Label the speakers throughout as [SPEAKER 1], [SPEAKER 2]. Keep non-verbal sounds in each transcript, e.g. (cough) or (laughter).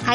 [SPEAKER 1] Hi,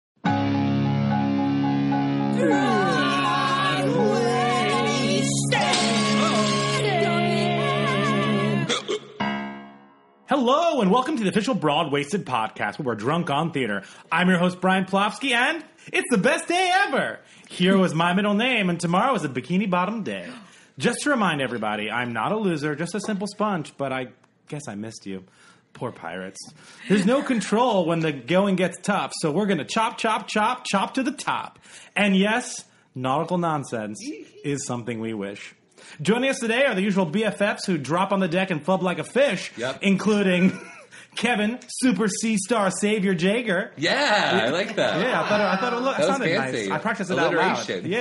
[SPEAKER 2] Hello, and welcome to the official Broad Wasted podcast where we're drunk on theater. I'm your host, Brian Plofsky, and it's the best day ever! Here was my middle name, and tomorrow is a bikini bottom day. Just to remind everybody, I'm not a loser, just a simple sponge, but I guess I missed you. Poor pirates. There's no control when the going gets tough, so we're gonna chop, chop, chop, chop to the top. And yes, nautical nonsense is something we wish. Joining us today are the usual BFFs who drop on the deck and flub like a fish,
[SPEAKER 3] Yep.
[SPEAKER 2] including (laughs) Kevin, Super C Star Savior Jager.
[SPEAKER 3] Yeah, I like that.
[SPEAKER 2] Yeah, I thought it, I thought it, looked, it
[SPEAKER 3] That was
[SPEAKER 2] sounded nice.
[SPEAKER 3] fancy.
[SPEAKER 2] I practiced it out loud. Yeah,
[SPEAKER 3] Alliteration.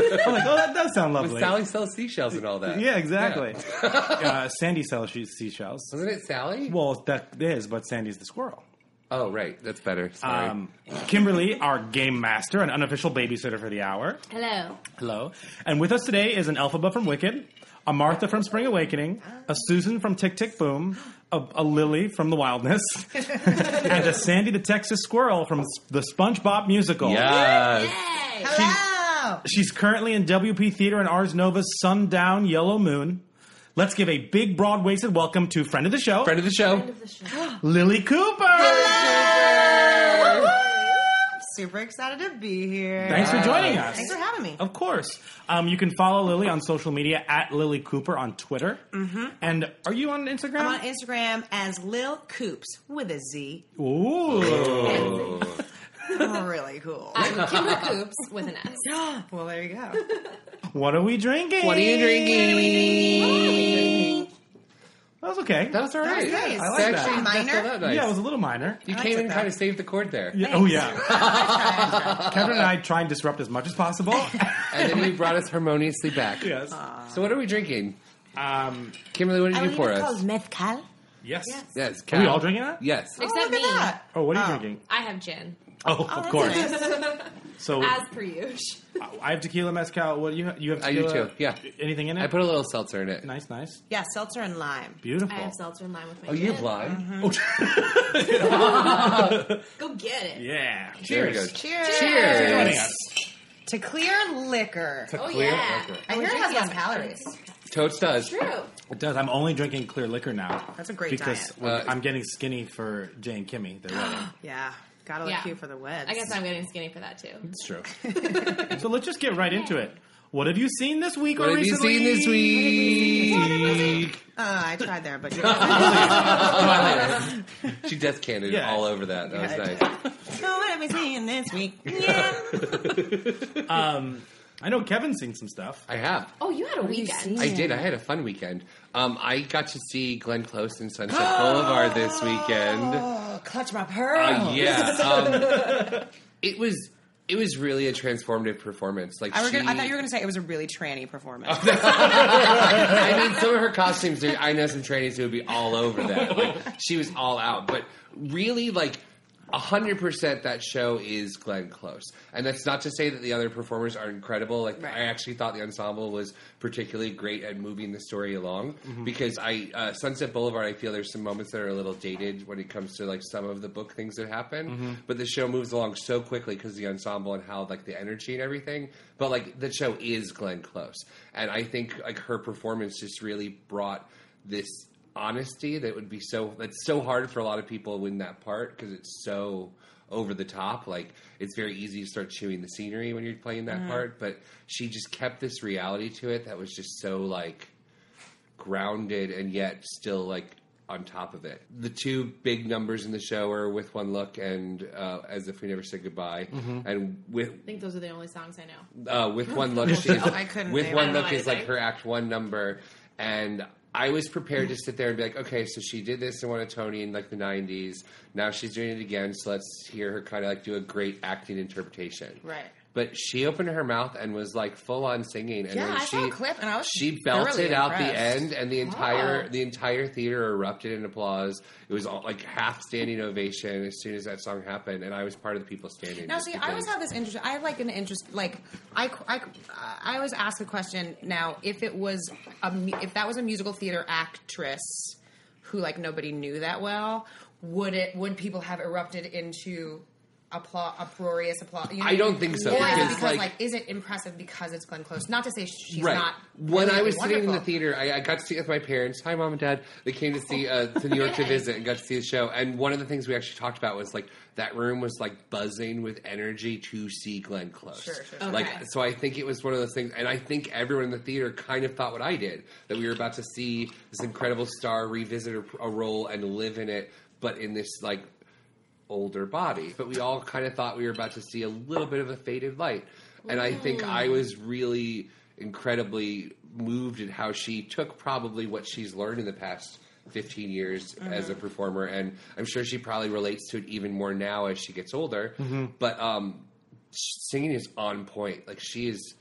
[SPEAKER 2] yeah. I'm like, oh, that does sound
[SPEAKER 3] With
[SPEAKER 2] lovely.
[SPEAKER 3] Sally sells seashells and all that.
[SPEAKER 2] yeah, exactly.
[SPEAKER 3] (laughs)
[SPEAKER 2] uh, Sandy sells she- seashells.
[SPEAKER 3] Wasn't it Sally?
[SPEAKER 2] Well, that is, but Sandy's the squirrel.
[SPEAKER 3] oh, right. That's better. Sorry.
[SPEAKER 2] Um, Kimberly, our game master and unofficial babysitter for the hour.
[SPEAKER 4] Hello.
[SPEAKER 2] Hello. And with us today is an Elphaba from Wicked, a Martha from Spring Awakening, a Susan from Tick Tick Boom, a, a Lily from The Wildness, (laughs) and a Sandy the Texas Squirrel from s- the SpongeBob musical.
[SPEAKER 3] yes.
[SPEAKER 5] Hello.
[SPEAKER 2] She's currently in WP Theater in Ars Nova's Sundown Yellow Moon. Let's give a big, broad-waisted welcome to friend of the show,
[SPEAKER 3] Friend of the show.
[SPEAKER 2] Lily Cooper.
[SPEAKER 5] Super excited to be here.
[SPEAKER 2] Thanks for joining us.
[SPEAKER 5] Thanks for having me.
[SPEAKER 2] Of course. Um, you can follow Lily on social media at Lily Cooper on Twitter. Mm-hmm. And are you on Instagram?
[SPEAKER 5] I'm on Instagram as Lil Coops with a Z.
[SPEAKER 2] Ooh.
[SPEAKER 5] really cool.
[SPEAKER 4] (laughs) I'm Kimber Coops with an S.
[SPEAKER 5] (gasps) well, there you
[SPEAKER 4] (laughs)
[SPEAKER 5] go.
[SPEAKER 2] what are we drinking?
[SPEAKER 3] What are you drinking?
[SPEAKER 2] That was okay.
[SPEAKER 3] That was all right.
[SPEAKER 5] was nice.
[SPEAKER 3] I like
[SPEAKER 5] That was
[SPEAKER 3] that.
[SPEAKER 5] minor.
[SPEAKER 3] That's not nice.
[SPEAKER 2] Yeah, it was a little minor.
[SPEAKER 3] you came in and kind of saved the chord there.
[SPEAKER 2] Yeah, Oh, yeah. Kevin and I try and disrupt as much as possible.
[SPEAKER 3] And then you brought us harmoniously back.
[SPEAKER 2] yes.
[SPEAKER 3] So what are we drinking?
[SPEAKER 2] Um,
[SPEAKER 3] Kimberly, what did
[SPEAKER 5] I
[SPEAKER 3] you do
[SPEAKER 5] believe
[SPEAKER 3] for
[SPEAKER 5] it's called
[SPEAKER 3] us?
[SPEAKER 5] mezcal. Oh,
[SPEAKER 2] yes.
[SPEAKER 3] Yes.
[SPEAKER 2] Are we
[SPEAKER 3] Cal.
[SPEAKER 2] all drinking that?
[SPEAKER 3] Yes.
[SPEAKER 4] Except me.
[SPEAKER 2] Oh, what are you drinking?
[SPEAKER 4] I have gin.
[SPEAKER 2] Oh, of course. So
[SPEAKER 4] (laughs) As per usual.
[SPEAKER 2] I have tequila mezcal. What do you have? You have
[SPEAKER 3] I do
[SPEAKER 2] tequila?
[SPEAKER 3] too, yeah.
[SPEAKER 2] Anything in it?
[SPEAKER 3] I put a little seltzer in it.
[SPEAKER 2] nice, nice.
[SPEAKER 5] Yeah, seltzer and lime.
[SPEAKER 4] I
[SPEAKER 2] Beautiful.
[SPEAKER 4] have seltzer in line with my
[SPEAKER 3] Oh, you
[SPEAKER 4] gin.
[SPEAKER 3] have
[SPEAKER 2] Mm-hmm.
[SPEAKER 3] lime?
[SPEAKER 4] Go get it.
[SPEAKER 2] yeah.
[SPEAKER 3] There we go.
[SPEAKER 5] Cheers.
[SPEAKER 3] Cheers.
[SPEAKER 2] Joining us.
[SPEAKER 5] To clear liquor.
[SPEAKER 4] Oh, yeah.
[SPEAKER 5] I hear it has less calories.
[SPEAKER 3] Totes does.
[SPEAKER 4] True.
[SPEAKER 2] It does. I'm only drinking clear liquor now.
[SPEAKER 5] That's a great
[SPEAKER 2] because
[SPEAKER 5] diet.
[SPEAKER 2] we're-
[SPEAKER 3] Uh,
[SPEAKER 2] I'm getting skinny for Jay and Kimmy. Their wedding.
[SPEAKER 5] Yeah. Gotta look
[SPEAKER 4] Yeah.
[SPEAKER 5] cute for the weds.
[SPEAKER 4] I guess I'm getting skinny for that, too.
[SPEAKER 2] (gasps) It's
[SPEAKER 5] (laughs)
[SPEAKER 2] true. so let's just get right into it. What have you seen this week
[SPEAKER 3] What
[SPEAKER 2] or
[SPEAKER 3] have you
[SPEAKER 2] recently?
[SPEAKER 3] seen this
[SPEAKER 5] (laughs)
[SPEAKER 3] week?
[SPEAKER 5] Uh, I tried there,
[SPEAKER 4] (laughs)
[SPEAKER 5] but you
[SPEAKER 3] She death cannoned
[SPEAKER 2] Yeah.
[SPEAKER 3] all over that. That was nice.
[SPEAKER 5] So what have we seen this
[SPEAKER 4] (laughs)
[SPEAKER 5] week? Yeah.
[SPEAKER 2] I know Kevin's seen some stuff.
[SPEAKER 3] I have.
[SPEAKER 4] Oh, you had a weekend.
[SPEAKER 3] I did. I had a fun weekend. Um, I got to see Glenn Close in Sunset Boulevard this
[SPEAKER 5] (gasps)
[SPEAKER 3] weekend.
[SPEAKER 5] Oh, clutch my pearl.
[SPEAKER 3] Uh, yeah. Um, it was it was really a transformative performance. Like
[SPEAKER 5] I, were gonna, I
[SPEAKER 3] she- Oh,
[SPEAKER 5] thought you were going to say it was a really tranny performance.
[SPEAKER 3] I mean, some of her costumes. Are, I know some trainees who would be all over that. Like, she was all out, but really, like hundred percent that show is Glenn Close, and that's not to say that the other performers are incredible. Like
[SPEAKER 4] Right.
[SPEAKER 3] I actually thought the ensemble was particularly great at moving the story along because I uh, Sunset Boulevard. I feel there's some moments that are a little dated when it comes to like some of the book things that happen, but the show moves along so quickly because the ensemble and how like the energy and everything. But like the show is Glenn Close, and I think like her performance just really brought this honesty that would be so that's so hard for a lot of people in that part because it's so over the top like it's very easy to start chewing the scenery when you're playing that part but she just kept this reality to it that was just so like grounded and yet still like on top of it. The two big numbers in the show are "With One Look" and uh, "As If We Never Said Goodbye." And with
[SPEAKER 4] I think those are the only songs I know.
[SPEAKER 3] uh, with
[SPEAKER 5] (laughs)
[SPEAKER 3] one look is
[SPEAKER 5] Oh, I couldn't
[SPEAKER 3] with
[SPEAKER 5] name
[SPEAKER 3] one
[SPEAKER 4] it. I
[SPEAKER 3] look
[SPEAKER 4] don't
[SPEAKER 3] is like
[SPEAKER 4] either.
[SPEAKER 3] her act one number, and I was prepared to sit there and be like, okay, so she did this and won a Tony in like the '90s. Now she's doing it again, so let's hear her kind of like do a great acting interpretation.
[SPEAKER 5] Right.
[SPEAKER 3] But she opened her mouth and was like full on singing, and
[SPEAKER 5] Yeah,
[SPEAKER 3] then
[SPEAKER 5] I
[SPEAKER 3] she
[SPEAKER 5] saw a clip and I was
[SPEAKER 3] she
[SPEAKER 5] thoroughly
[SPEAKER 3] belted out the
[SPEAKER 5] impressed.
[SPEAKER 3] end, and the entire the entire theater erupted in applause. It was all, like half standing ovation as soon as that song happened, and I was part of the people standing.
[SPEAKER 5] Now,
[SPEAKER 3] just
[SPEAKER 5] see, I always
[SPEAKER 3] because-
[SPEAKER 5] have this interest. I have like an interest. Like, I, I, I always ask the question. Now, if it was a, mu- if that was a musical theater actress who like nobody knew that well, would it? Would people have erupted into applause, uproarious applause? You know
[SPEAKER 3] I
[SPEAKER 5] what
[SPEAKER 3] don't
[SPEAKER 5] mean?
[SPEAKER 3] think so,
[SPEAKER 5] Or is it
[SPEAKER 3] because,
[SPEAKER 5] because
[SPEAKER 3] like-
[SPEAKER 5] like, is it impressive because it's Glenn Close? Not to say she's
[SPEAKER 3] right.
[SPEAKER 5] not.
[SPEAKER 3] When I
[SPEAKER 5] really
[SPEAKER 3] was sitting in the
[SPEAKER 5] wonderful.
[SPEAKER 3] theater, I, I got to see it with my parents. Hi, mom and dad. They came to
[SPEAKER 5] (laughs)
[SPEAKER 3] see uh, to New York to visit and got to see the show. And one of the things we actually talked about was like that room was like buzzing with energy to see Glenn Close.
[SPEAKER 5] Sure, sure,
[SPEAKER 4] sure.
[SPEAKER 3] Like
[SPEAKER 4] Okay.
[SPEAKER 3] so, I think it was one of those things. And I think everyone in the theater kind of thought what I did that we were about to see this incredible star revisit a, a role and live in it, but in this like older body. But we all kind of thought we were about to see a little bit of a faded light. And I think I was really incredibly moved at how she took probably what she's learned in the past 15 years as a performer. And I'm sure she probably relates to it even more now as she gets older. But um, singing is on point. Like she is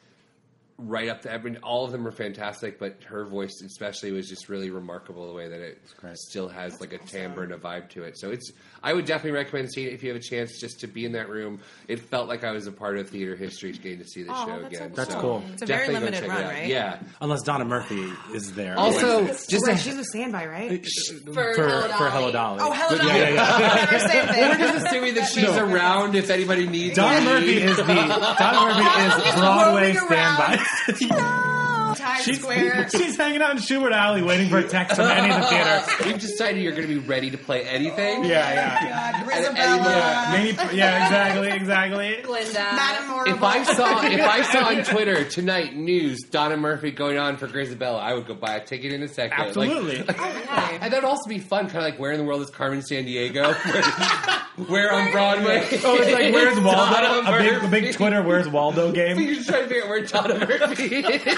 [SPEAKER 3] right up to I mean, all of them are fantastic, but her voice especially was just really remarkable the way that it still has like a timbre and a vibe to it. So it's I would definitely recommend seeing it if you have a chance just to be in that room. It felt like I was a part of theater history getting to see the show again.
[SPEAKER 2] That's
[SPEAKER 3] Oh, so
[SPEAKER 2] cool.
[SPEAKER 5] Oh, It's a very
[SPEAKER 3] definitely go
[SPEAKER 5] limited
[SPEAKER 3] check
[SPEAKER 5] run,
[SPEAKER 3] it out.
[SPEAKER 5] right?
[SPEAKER 3] Yeah.
[SPEAKER 2] Unless Donna Murphy is there.
[SPEAKER 3] (laughs) Also, just
[SPEAKER 5] Just
[SPEAKER 3] a,
[SPEAKER 5] she's a standby, right?
[SPEAKER 2] for, for
[SPEAKER 4] Hello Dolly.
[SPEAKER 2] Hello Dolly.
[SPEAKER 5] Oh, hello,
[SPEAKER 2] Yeah, yeah,
[SPEAKER 5] (laughs)
[SPEAKER 2] yeah.
[SPEAKER 5] Whatever, same thing.
[SPEAKER 3] we're (laughs) just assuming that she's
[SPEAKER 2] No.
[SPEAKER 3] around if anybody needs
[SPEAKER 2] Donna
[SPEAKER 3] her.
[SPEAKER 5] (laughs)
[SPEAKER 2] Murphy is the Donna Murphy is Broadway
[SPEAKER 5] roaming
[SPEAKER 2] standby.
[SPEAKER 5] (laughs) Times
[SPEAKER 2] she's, (laughs)
[SPEAKER 5] Square. uh,
[SPEAKER 2] she's hanging out in Schubert Alley waiting for a text from any of the
[SPEAKER 5] (laughs)
[SPEAKER 2] theaters.
[SPEAKER 3] We've decided you're going to be ready to play anything.
[SPEAKER 2] Yeah, yeah.
[SPEAKER 3] Isabella.
[SPEAKER 2] Maybe, yeah, exactly, exactly.
[SPEAKER 4] Linda.
[SPEAKER 5] Madam Morrible.
[SPEAKER 3] If I saw if I saw (laughs) on Twitter tonight news Donna Murphy going on for Grisabella, I would go buy a ticket in a second. Like-
[SPEAKER 2] Absolutely.
[SPEAKER 3] and that'd also be fun, kind of like where in the world is Carmen San (laughs) Diego? where on Broadway? (laughs)
[SPEAKER 2] Oh, it's like (laughs) where's Waldo?
[SPEAKER 3] Donna
[SPEAKER 2] A big, a big
[SPEAKER 3] Murphy.
[SPEAKER 2] Twitter where's Waldo game. (laughs)
[SPEAKER 3] You're just trying to figure out where Donna Murphy (laughs) is.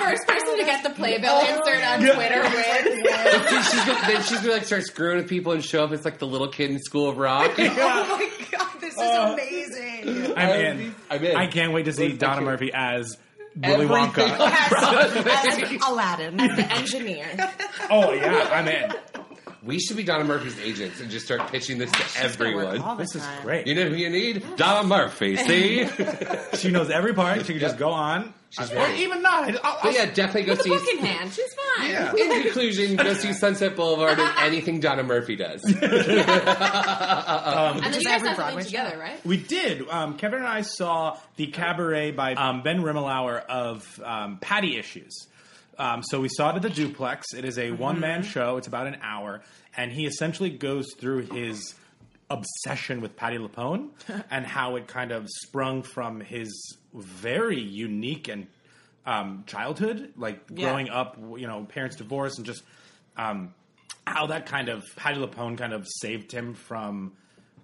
[SPEAKER 4] First person to get the playbill insert on Twitter wins.
[SPEAKER 3] But see, she's gonna, then she's gonna like start screwing with people and show up. It's like the little kid in School of (laughs) Rock.
[SPEAKER 5] (laughs) Oh my god, this is
[SPEAKER 2] Oh. (laughs)
[SPEAKER 5] amazing.
[SPEAKER 2] I'm
[SPEAKER 3] I would
[SPEAKER 2] in.
[SPEAKER 3] be- I'm in.
[SPEAKER 2] I can't wait to see
[SPEAKER 3] Where's my
[SPEAKER 2] Donna
[SPEAKER 3] kid?
[SPEAKER 2] Murphy as Willy Wonka.
[SPEAKER 3] (laughs) Broadway.
[SPEAKER 5] Aladdin.
[SPEAKER 4] Engineer.
[SPEAKER 2] Oh yeah, I'm in.
[SPEAKER 3] We should be Donna Murphy's agents and just start pitching this to
[SPEAKER 5] Work all
[SPEAKER 3] everyone.
[SPEAKER 5] the
[SPEAKER 2] This is
[SPEAKER 5] time.
[SPEAKER 2] great.
[SPEAKER 3] You know who you need? Donna Murphy. (laughs) See.
[SPEAKER 2] She knows every part. She can just go on,
[SPEAKER 3] She's
[SPEAKER 2] or
[SPEAKER 3] ready.
[SPEAKER 2] even not. I'll- I'll-
[SPEAKER 3] But yeah, definitely go
[SPEAKER 4] The book
[SPEAKER 3] see.
[SPEAKER 4] in hand. She's fine.
[SPEAKER 3] In conclusion, go see Sunset Boulevard and anything Donna Murphy (laughs) does.
[SPEAKER 4] And then you guys
[SPEAKER 5] every
[SPEAKER 4] have
[SPEAKER 5] Broadway
[SPEAKER 4] something
[SPEAKER 5] show.
[SPEAKER 4] together, right?
[SPEAKER 2] We did. Um, Kevin and I saw the cabaret by um, Ben Rimmelauer of um, Patty Issues. Um, so we saw it at the Duplex. It is a one man show. It's about an hour, and he essentially goes through his obsession with Patty Lapone and how it kind of sprung from his very unique and um, childhood, like
[SPEAKER 5] Yeah.
[SPEAKER 2] growing up, you know, parents divorced, and just um, how that kind of Patty Lapone kind of saved him from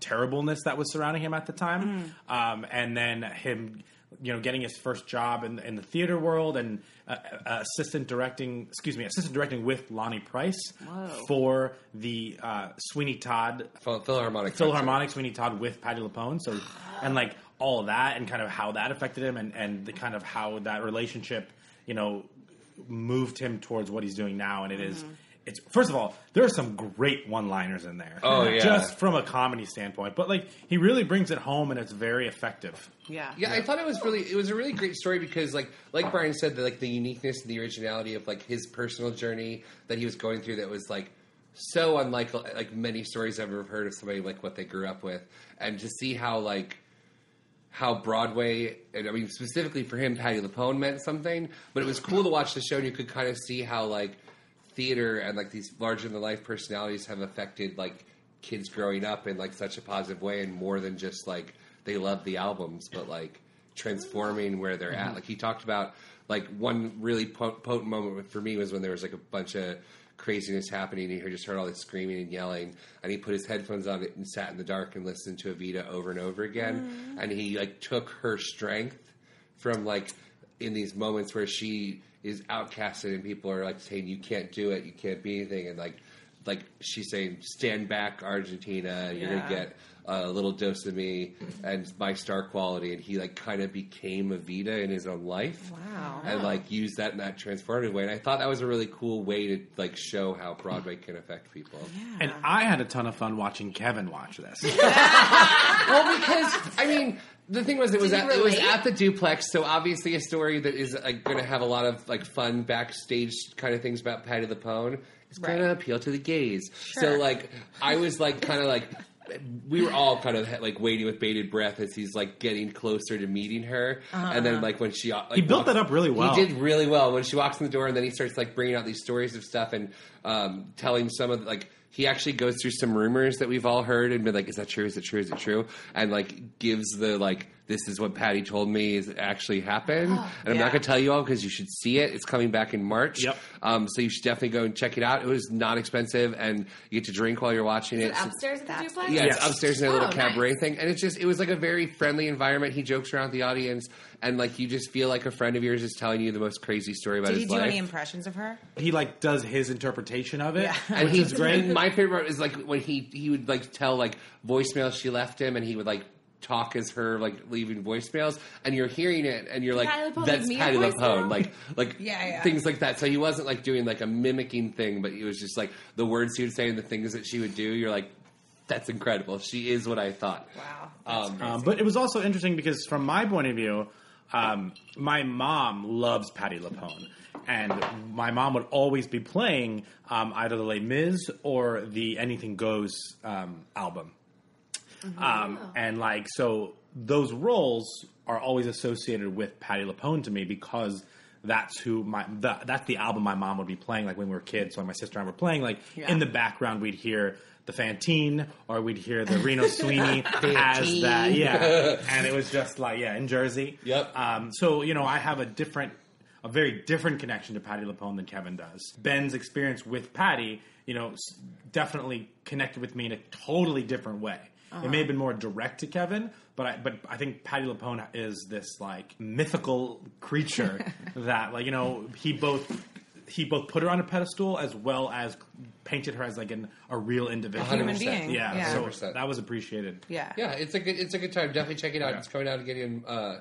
[SPEAKER 2] terribleness that was surrounding him at the time, um, and then him, you know, getting his first job in, in the theater world and uh, uh, assistant directing, excuse me, assistant directing with Lonnie Price for the uh, Sweeney Todd
[SPEAKER 3] Phil- Philharmonic.
[SPEAKER 2] Philharmonic Sweeney Todd with Patty LaPone. So, and like all of that and kind of how that affected him and, and the kind of how that relationship, you know, moved him towards what he's doing now. And it is It's first of all, there are some great one-liners in there.
[SPEAKER 3] Oh, yeah.
[SPEAKER 2] just from a comedy standpoint, but like he really brings it home, and it's very effective.
[SPEAKER 5] Yeah.
[SPEAKER 3] Yeah, I thought it was really it was a really great story because like like Brian said that like the uniqueness and the originality of like his personal journey that he was going through that was like so unlike like many stories I've ever heard of somebody like what they grew up with and to see how like how Broadway and I mean specifically for him Patty LuPone meant something but it was cool to watch the show and you could kind of see how like theater and like these larger than life personalities have affected like kids growing up in like such a positive way and more than just like they love the albums but like transforming where they're at like he talked about like one really po- potent moment for me was when there was like a bunch of craziness happening and he just heard all this screaming and yelling and he put his headphones on and sat in the dark and listened to Evita over and over again
[SPEAKER 5] Mm.
[SPEAKER 3] and he like took her strength from like in these moments where she is outcasted and people are like saying you can't do it, you can't be anything, and like like she's saying stand back Argentina, and you're gonna
[SPEAKER 5] Yeah.
[SPEAKER 3] get a little dose of me and my star quality, and he like kind of became a Vita in his own life.
[SPEAKER 5] Wow.
[SPEAKER 3] And like used that in that transformative way, and I thought that was a really cool way to like show how Broadway can affect people.
[SPEAKER 2] And I had a ton of fun watching Kevin watch this.
[SPEAKER 3] well, because I mean, the thing was, it was
[SPEAKER 4] Did you
[SPEAKER 3] at, it was
[SPEAKER 4] relate?
[SPEAKER 3] at the duplex, so obviously a story that is like going to have a lot of like fun backstage kind of things about Patty LuPone. It's going to appeal to the gays. So like, I was like, kind of like. We were all kind of like waiting with bated breath as he's like getting closer to meeting her,
[SPEAKER 4] Uh-huh.
[SPEAKER 3] and then like when she uh, like,
[SPEAKER 2] He built that up really well.
[SPEAKER 3] He did really well when she walks in the door, and then he starts like bringing out these stories of stuff and um, telling some of like he actually goes through some rumors that we've all heard and been like, "Is that true? Is it true? Is it true?" And like gives the like, "This is what Patty told me is actually happened," and I'm not
[SPEAKER 5] Yeah.
[SPEAKER 3] going to tell you all because you should see it. It's coming back in March.
[SPEAKER 2] Yep.
[SPEAKER 3] Um, so you should definitely go and check it out. It was not expensive, and you get to drink while you're watching it. So-
[SPEAKER 4] upstairs at the duplex?
[SPEAKER 3] yeah, it's
[SPEAKER 2] Yes.
[SPEAKER 3] upstairs in a little
[SPEAKER 4] Oh,
[SPEAKER 3] cabaret
[SPEAKER 4] nice.
[SPEAKER 3] thing, and it's just it was like a very friendly environment. He jokes around with the audience, and like you just feel like a friend of yours is telling you the most crazy story about
[SPEAKER 5] Did
[SPEAKER 3] his
[SPEAKER 5] he do
[SPEAKER 3] life.
[SPEAKER 5] any impressions of her?
[SPEAKER 2] he like does his interpretation of it,
[SPEAKER 3] and
[SPEAKER 2] which
[SPEAKER 3] he's
[SPEAKER 2] is great.
[SPEAKER 3] And my favorite part is like when he he would like tell like voicemails she left him, and he would like talk as her like leaving voicemails, and you're hearing it, and you're like,
[SPEAKER 4] Patty LuPone
[SPEAKER 3] "That's
[SPEAKER 4] leave me a
[SPEAKER 3] Patty LuPone,"
[SPEAKER 4] voicemail?
[SPEAKER 3] like like
[SPEAKER 5] Yeah, yeah.
[SPEAKER 3] things like that. So he wasn't like doing like a mimicking thing, but he was just like the words he would say and the things that she would do. You're like. That's incredible. She is what I thought.
[SPEAKER 5] Wow.
[SPEAKER 3] Um,
[SPEAKER 2] Um, but it was also interesting because, from my point of view, um, my mom loves Patty LuPone, and my mom would always be playing um, either the Les Mis or the Anything Goes um, album, um, and like so those roles are always associated with Patty LuPone to me because. That's who my the, that's the album my mom would be playing like when we were kids. When my sister and I were playing, like in the background we'd hear the Fantine or we'd hear the Reno Sweeney as that, yeah. and it was just like, yeah, in Jersey.
[SPEAKER 3] Yep.
[SPEAKER 2] Um, so you know, I have a different, a very different connection to Patty Lapone than Kevin does. Ben's experience with Patty, you know, s- definitely connected with me in a totally different way. It may have been more direct to Kevin, but I, but I think Patty Lapone is this like mythical creature that like you know he both. He both put her on a pedestal as well as painted her as like an, a real individual,
[SPEAKER 3] Human
[SPEAKER 5] being.
[SPEAKER 2] Yeah,
[SPEAKER 5] Yeah.
[SPEAKER 2] so
[SPEAKER 3] 100%.
[SPEAKER 2] that was appreciated.
[SPEAKER 5] Yeah.
[SPEAKER 3] Yeah, it's a good it's a good time. Definitely check it out. It's coming out again in uh,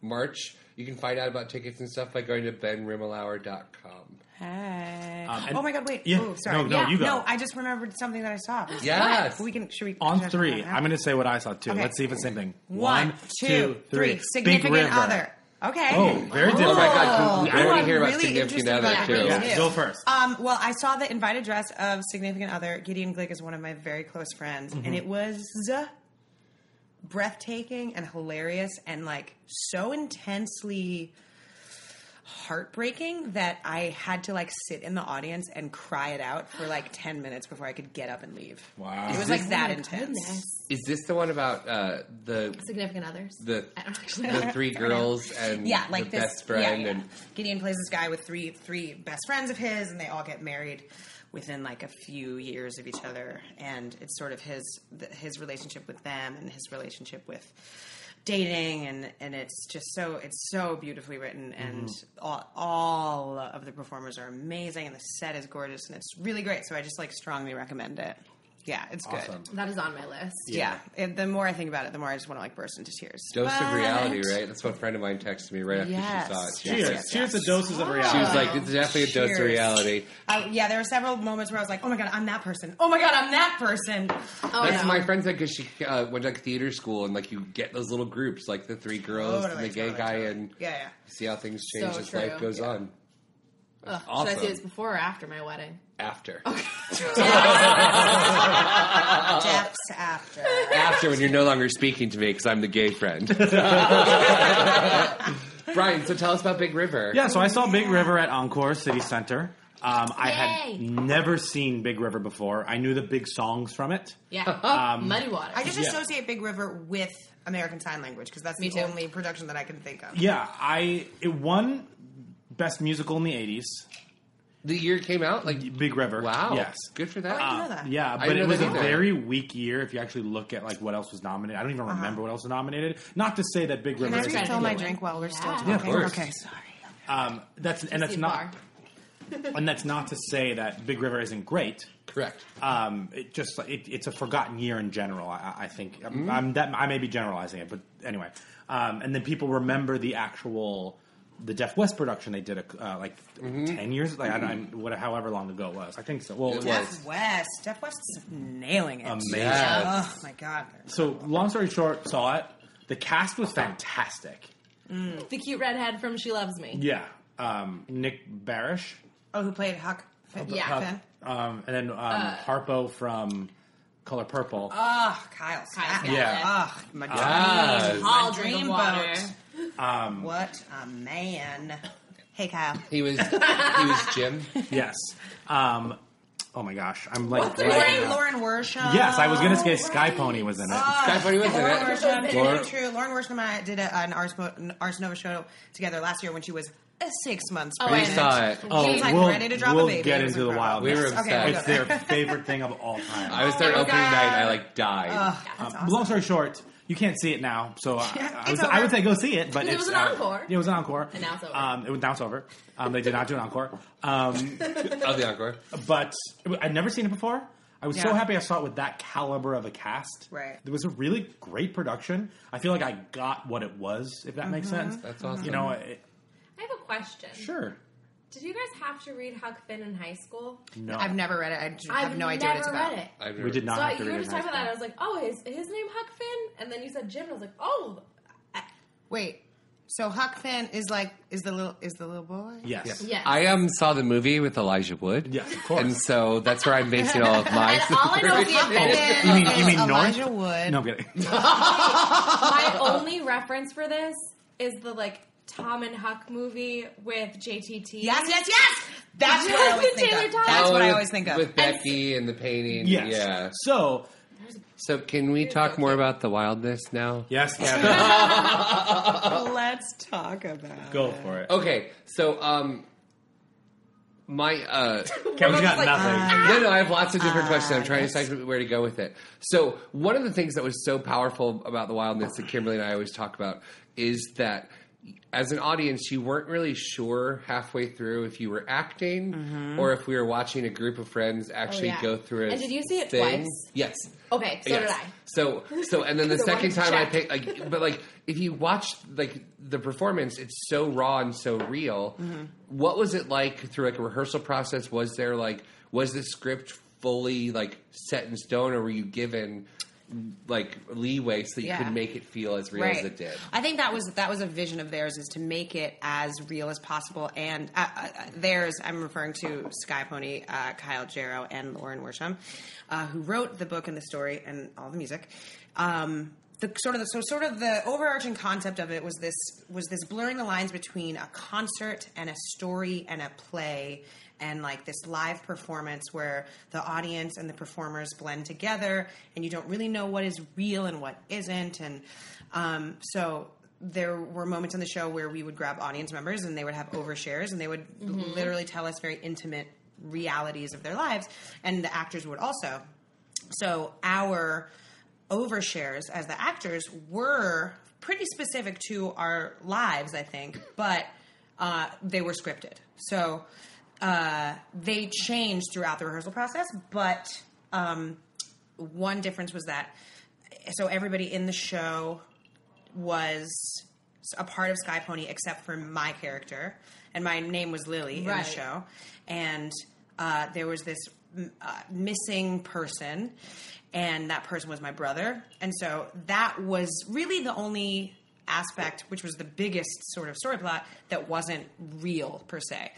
[SPEAKER 3] March. You can find out about tickets and stuff by going to benrimmelauer.com.
[SPEAKER 5] Hey.
[SPEAKER 2] Um, and-
[SPEAKER 5] oh my God! Wait.
[SPEAKER 2] Yeah,
[SPEAKER 5] oh, sorry.
[SPEAKER 2] no, no,
[SPEAKER 5] yeah.
[SPEAKER 2] you go.
[SPEAKER 5] No, I just remembered something that I saw.
[SPEAKER 3] Yes.
[SPEAKER 5] We can. Should we?
[SPEAKER 2] On
[SPEAKER 5] should I-
[SPEAKER 2] three, I'm going to say what I saw too.
[SPEAKER 5] Okay.
[SPEAKER 2] Let's see if it's the same thing.
[SPEAKER 5] One, two, three. Significant
[SPEAKER 2] Big River.
[SPEAKER 5] other. Okay.
[SPEAKER 2] Oh, very different.
[SPEAKER 3] Oh my god, I
[SPEAKER 5] Oh,
[SPEAKER 3] want to
[SPEAKER 5] I'm
[SPEAKER 3] hear about
[SPEAKER 5] really
[SPEAKER 3] significant
[SPEAKER 5] interested
[SPEAKER 3] other
[SPEAKER 5] about
[SPEAKER 3] too.
[SPEAKER 5] that.
[SPEAKER 2] Yeah,
[SPEAKER 5] Me too.
[SPEAKER 2] go first.
[SPEAKER 5] Um, well, I saw the invited dress of significant other Gideon Glick is one of my very close friends,
[SPEAKER 3] Mm-hmm.
[SPEAKER 5] and it was breathtaking and hilarious and like so intensely heartbreaking that I had to like sit in the audience and cry it out for like ten minutes before I could get up and leave.
[SPEAKER 2] Wow.
[SPEAKER 5] it was like that intense.
[SPEAKER 3] Is this the one about uh, the
[SPEAKER 4] Significant others.
[SPEAKER 3] the
[SPEAKER 4] I don't actually know.
[SPEAKER 3] the three girls and
[SPEAKER 5] Yeah, like
[SPEAKER 3] the
[SPEAKER 5] this
[SPEAKER 3] best friend
[SPEAKER 5] yeah, yeah.
[SPEAKER 3] and
[SPEAKER 5] Gideon plays this guy with three three best friends of his, and they all get married within like a few years of each other, and it's sort of his th- his relationship with them and his relationship with dating and and it's just so it's so beautifully written
[SPEAKER 3] Mm-hmm.
[SPEAKER 5] and all, all of the performers are amazing and the set is gorgeous and it's really great so i just like strongly recommend it Yeah, it's
[SPEAKER 3] Awesome.
[SPEAKER 5] good.
[SPEAKER 4] That is on my list.
[SPEAKER 5] Yeah. And the more I think about it, the more I just want to like burst into tears.
[SPEAKER 3] Dose of
[SPEAKER 5] But-
[SPEAKER 3] reality, right? That's what a friend of mine texted me right after
[SPEAKER 5] Yes.
[SPEAKER 3] she saw it.
[SPEAKER 5] Yes,
[SPEAKER 3] She was
[SPEAKER 2] Cheers.
[SPEAKER 3] like-
[SPEAKER 5] yes,
[SPEAKER 2] Cheers
[SPEAKER 5] yes.
[SPEAKER 2] to doses of reality.
[SPEAKER 3] She was like, "It's definitely a dose of
[SPEAKER 5] Cheers.
[SPEAKER 3] reality."
[SPEAKER 5] I, yeah, there were several moments where I was like, "Oh my god, I'm that person. Oh my god, I'm that person."
[SPEAKER 4] Oh,
[SPEAKER 3] That's
[SPEAKER 4] no.
[SPEAKER 3] my friend said because she uh, went to like, theater school and like you get those little groups, like the three girls
[SPEAKER 5] Totally,
[SPEAKER 3] and the gay
[SPEAKER 5] totally,
[SPEAKER 3] guy,
[SPEAKER 5] totally.
[SPEAKER 3] and
[SPEAKER 5] Yeah, yeah.
[SPEAKER 3] see how things change
[SPEAKER 4] So
[SPEAKER 3] as life
[SPEAKER 4] true.
[SPEAKER 3] goes on.
[SPEAKER 4] Ugh,
[SPEAKER 3] awesome.
[SPEAKER 4] Should I see this before or after my wedding?
[SPEAKER 3] After,
[SPEAKER 5] Jeff's after.
[SPEAKER 3] after when you're no longer speaking to me because I'm the gay friend. Brian, so tell us about Big River.
[SPEAKER 2] Yeah, so I saw Big River at Encore City Center. Um, I
[SPEAKER 4] Yay.
[SPEAKER 2] had never seen Big River before. I knew the big songs from it.
[SPEAKER 4] Yeah.
[SPEAKER 3] Um,
[SPEAKER 4] Muddy water.
[SPEAKER 5] I just
[SPEAKER 2] Yeah.
[SPEAKER 5] associate Big River with American Sign Language because that's the
[SPEAKER 4] too.
[SPEAKER 5] only production that I can think of.
[SPEAKER 2] Yeah, I it won best musical in the '80s.
[SPEAKER 3] The year it came out, like
[SPEAKER 2] Big River.
[SPEAKER 3] wow,
[SPEAKER 2] Yes. Uh,
[SPEAKER 3] good for that.
[SPEAKER 5] I didn't know that.
[SPEAKER 2] Yeah,
[SPEAKER 3] I
[SPEAKER 2] but
[SPEAKER 3] know
[SPEAKER 2] it was
[SPEAKER 3] that
[SPEAKER 2] a
[SPEAKER 3] either.
[SPEAKER 2] very weak year. If you actually look at like what else was nominated, I don't even remember what else was nominated. Not to say that Big
[SPEAKER 5] Uh-huh. Can
[SPEAKER 2] River.
[SPEAKER 5] I
[SPEAKER 2] is
[SPEAKER 5] refill my drink while we're still talking?
[SPEAKER 3] of course.
[SPEAKER 5] Okay, sorry.
[SPEAKER 2] um, that's and that's
[SPEAKER 4] See a
[SPEAKER 2] not
[SPEAKER 4] bar.
[SPEAKER 2] (laughs) and that's not to say that Big River isn't great.
[SPEAKER 3] Correct.
[SPEAKER 2] um, it just it, it's a forgotten year in general. I, I think I'm, I'm that I may be generalizing it, but anyway. Um, and then people remember the actual the Def West production they did uh, like ten years, like I don't, what, however long ago it was. Mm-hmm. I think so. Well, it was.
[SPEAKER 5] Jeff West. Jeff West is nailing it.
[SPEAKER 2] Amazing.
[SPEAKER 3] Yes.
[SPEAKER 5] Oh my god.
[SPEAKER 2] So long story short, saw it. The cast was fantastic.
[SPEAKER 4] The cute redhead from She Loves Me.
[SPEAKER 2] Yeah, um, Nick Barish,
[SPEAKER 5] Oh, who played Huck?
[SPEAKER 4] Yeah.
[SPEAKER 5] Finn?
[SPEAKER 2] um, and then um,
[SPEAKER 4] Uh,
[SPEAKER 2] Harpo from Color Purple.
[SPEAKER 5] Oh, Kyle. Scott.
[SPEAKER 4] Scott.
[SPEAKER 2] Yeah.
[SPEAKER 5] Oh, my dream.
[SPEAKER 4] All
[SPEAKER 3] Yes.
[SPEAKER 5] My
[SPEAKER 4] drink of
[SPEAKER 5] dream
[SPEAKER 4] water.
[SPEAKER 5] boat. What a man. Hey, Kyle.
[SPEAKER 3] He was. He was
[SPEAKER 4] (laughs)
[SPEAKER 3] Jim.
[SPEAKER 2] yes. Um, oh my gosh, I'm like.
[SPEAKER 5] Lauren, Lauren Worsham.
[SPEAKER 2] Yes, I was gonna say Sky Pony was in it.
[SPEAKER 3] That's what he was in
[SPEAKER 5] Lauren Worsham.
[SPEAKER 3] it.
[SPEAKER 5] It's
[SPEAKER 3] Lauren-
[SPEAKER 5] really true. Lauren Worsham and I did a, an Ars, Mo- an Ars Nova show together last year when she was uh, six months
[SPEAKER 4] Oh,
[SPEAKER 3] We
[SPEAKER 4] I
[SPEAKER 5] pregnant.
[SPEAKER 3] saw it.
[SPEAKER 5] She was like ready to drop
[SPEAKER 2] we'll
[SPEAKER 5] a baby.
[SPEAKER 2] get
[SPEAKER 5] It was
[SPEAKER 2] into the
[SPEAKER 5] incredible.
[SPEAKER 2] wild.
[SPEAKER 3] We were
[SPEAKER 2] West.
[SPEAKER 3] obsessed.
[SPEAKER 5] Okay,
[SPEAKER 2] It's
[SPEAKER 5] we'll
[SPEAKER 2] their
[SPEAKER 5] go there.
[SPEAKER 2] favorite thing of all time.
[SPEAKER 3] I was there
[SPEAKER 4] Oh my
[SPEAKER 3] opening night. and I
[SPEAKER 4] God.
[SPEAKER 3] like died.
[SPEAKER 5] That's
[SPEAKER 2] Um, long story short, you can't see it now, so I,
[SPEAKER 5] Yeah,
[SPEAKER 2] I, was,
[SPEAKER 5] it's over.
[SPEAKER 2] I would say go see it. But
[SPEAKER 4] It
[SPEAKER 2] it's,
[SPEAKER 4] was an
[SPEAKER 2] uh,
[SPEAKER 4] encore.
[SPEAKER 2] it was an encore.
[SPEAKER 4] And now it's over.
[SPEAKER 2] Um, it was now it's over. Um, they did not do an encore. Um,
[SPEAKER 3] Of the encore.
[SPEAKER 2] but I'd never seen it before. I was so
[SPEAKER 5] Yeah.
[SPEAKER 2] happy I saw it with that caliber of a cast.
[SPEAKER 5] Right.
[SPEAKER 2] It was a really great production. I feel like I got what it was, if that makes sense.
[SPEAKER 3] That's awesome.
[SPEAKER 2] You know, it,
[SPEAKER 6] I have a question.
[SPEAKER 2] sure.
[SPEAKER 6] Did you guys have to read Huck Finn in high school?
[SPEAKER 2] No.
[SPEAKER 5] I've never read it. I j-
[SPEAKER 6] I've
[SPEAKER 5] have no idea
[SPEAKER 6] never
[SPEAKER 5] what it's about.
[SPEAKER 6] read it.
[SPEAKER 3] I've never-
[SPEAKER 2] we did not
[SPEAKER 6] So
[SPEAKER 2] have to
[SPEAKER 6] you
[SPEAKER 2] read
[SPEAKER 6] were
[SPEAKER 2] it
[SPEAKER 6] just
[SPEAKER 2] in high
[SPEAKER 6] talking about that. I
[SPEAKER 2] school.
[SPEAKER 6] was like, oh, is his name Huck Finn? And then you said Jim, and I was like, oh,
[SPEAKER 5] Wait. So Huck Finn is like is the little is the little boy?
[SPEAKER 2] Yes.
[SPEAKER 4] Yes.
[SPEAKER 3] I um saw the movie with Elijah Wood.
[SPEAKER 2] Yes, of course.
[SPEAKER 3] And so that's where I'm basing all of my.
[SPEAKER 4] And all I know is Huck Finn is-
[SPEAKER 3] Oh,
[SPEAKER 2] You mean you mean
[SPEAKER 5] Elijah
[SPEAKER 2] North?
[SPEAKER 5] Wood.
[SPEAKER 2] No, I'm
[SPEAKER 3] (laughs)
[SPEAKER 2] kidding.
[SPEAKER 6] my
[SPEAKER 3] Oh.
[SPEAKER 6] only reference for this is the like Tom and Huck movie with JTT.
[SPEAKER 5] Yes, yes, yes. That's what I always think
[SPEAKER 6] Taylor
[SPEAKER 5] of.
[SPEAKER 6] Thomas.
[SPEAKER 5] That's what I
[SPEAKER 3] Oh,
[SPEAKER 5] always think of.
[SPEAKER 3] With Becky and the painting.
[SPEAKER 2] Yes.
[SPEAKER 3] Yeah.
[SPEAKER 2] So
[SPEAKER 3] So can we talk more about the wildness now?
[SPEAKER 2] yes, (laughs) Kevin,
[SPEAKER 5] Let's talk about.
[SPEAKER 2] go for it.
[SPEAKER 3] Okay. So um, my
[SPEAKER 5] (laughs)
[SPEAKER 3] uh.
[SPEAKER 2] Kevin's got nothing.
[SPEAKER 3] No, no, I have lots of different questions.
[SPEAKER 5] Uh,
[SPEAKER 3] I'm trying to decide where to go with it. So, one of the things that was so powerful about the wildness that Kimberly and I always talk about is that as an audience, you weren't really sure halfway through if you were acting
[SPEAKER 5] Mm-hmm.
[SPEAKER 3] or if we were watching a group of friends actually
[SPEAKER 5] Oh,
[SPEAKER 4] yeah.
[SPEAKER 3] go through it.
[SPEAKER 4] And did you see it twice?
[SPEAKER 3] Yes.
[SPEAKER 4] Okay, so
[SPEAKER 3] Yes.
[SPEAKER 4] did I.
[SPEAKER 3] So, so,
[SPEAKER 4] (laughs)
[SPEAKER 3] and then the
[SPEAKER 4] Because I
[SPEAKER 3] second
[SPEAKER 4] wanted to
[SPEAKER 3] time I
[SPEAKER 4] check.
[SPEAKER 3] picked, like, but like, if you watch like the performance, it's so raw and so real.
[SPEAKER 4] Mm-hmm.
[SPEAKER 3] What was it like through like a rehearsal process? Was there like, was the script fully like set in stone, or were you given like leeway so that you
[SPEAKER 5] Yeah.
[SPEAKER 3] could make it feel as real as it did?
[SPEAKER 5] I think that was that was a vision of theirs is to make it as real as possible. And uh, uh, theirs, I'm referring to Sky Pony, uh, Kyle Jarrow, and Lauren Worsham, uh, who wrote the book and the story and all the music. Um, the sort of the, so sort of the overarching concept of it was this was this blurring the lines between a concert and a story and a play and like this live performance where the audience and the performers blend together and you don't really know what is real and what isn't and um, so there were moments in the show where we would grab audience members and they would have overshares and they would literally tell us very intimate realities of their lives and the actors would also so our overshares as the actors were pretty specific to our lives, I think, but uh, they were scripted. So uh, they changed throughout the rehearsal process, but um, one difference was that so everybody in the show was a part of Sky Pony except for my character, and my name was Lily in
[SPEAKER 7] Right.
[SPEAKER 5] the show, and uh, there was this mm, uh, missing person, and that person was my brother, and so that was really the only aspect, which was the biggest sort of story plot that wasn't real per se,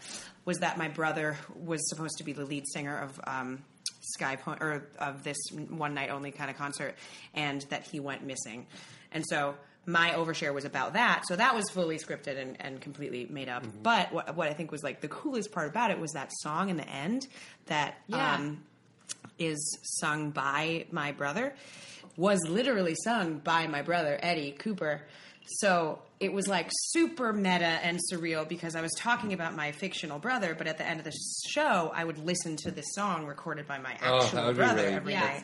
[SPEAKER 5] was that my brother was supposed to be the lead singer of. Um, Sky Pony, or of this one night only kind of concert, and that he went missing. And so my overshare was about that. So that was fully scripted and, and completely made up.
[SPEAKER 3] Mm-hmm.
[SPEAKER 7] Mhm.
[SPEAKER 5] But what, what I think was like the coolest part about it was that song in the end that
[SPEAKER 7] Yeah.
[SPEAKER 5] um, is sung by my brother was literally sung by my brother, Eddie Cooper. So it was like super meta and surreal because I was talking about my fictional brother, but at the end of the show, I would listen to this song recorded by my
[SPEAKER 3] Oh, that
[SPEAKER 5] actual
[SPEAKER 3] would be
[SPEAKER 5] brother
[SPEAKER 3] really-
[SPEAKER 5] every
[SPEAKER 3] Yeah.
[SPEAKER 5] night.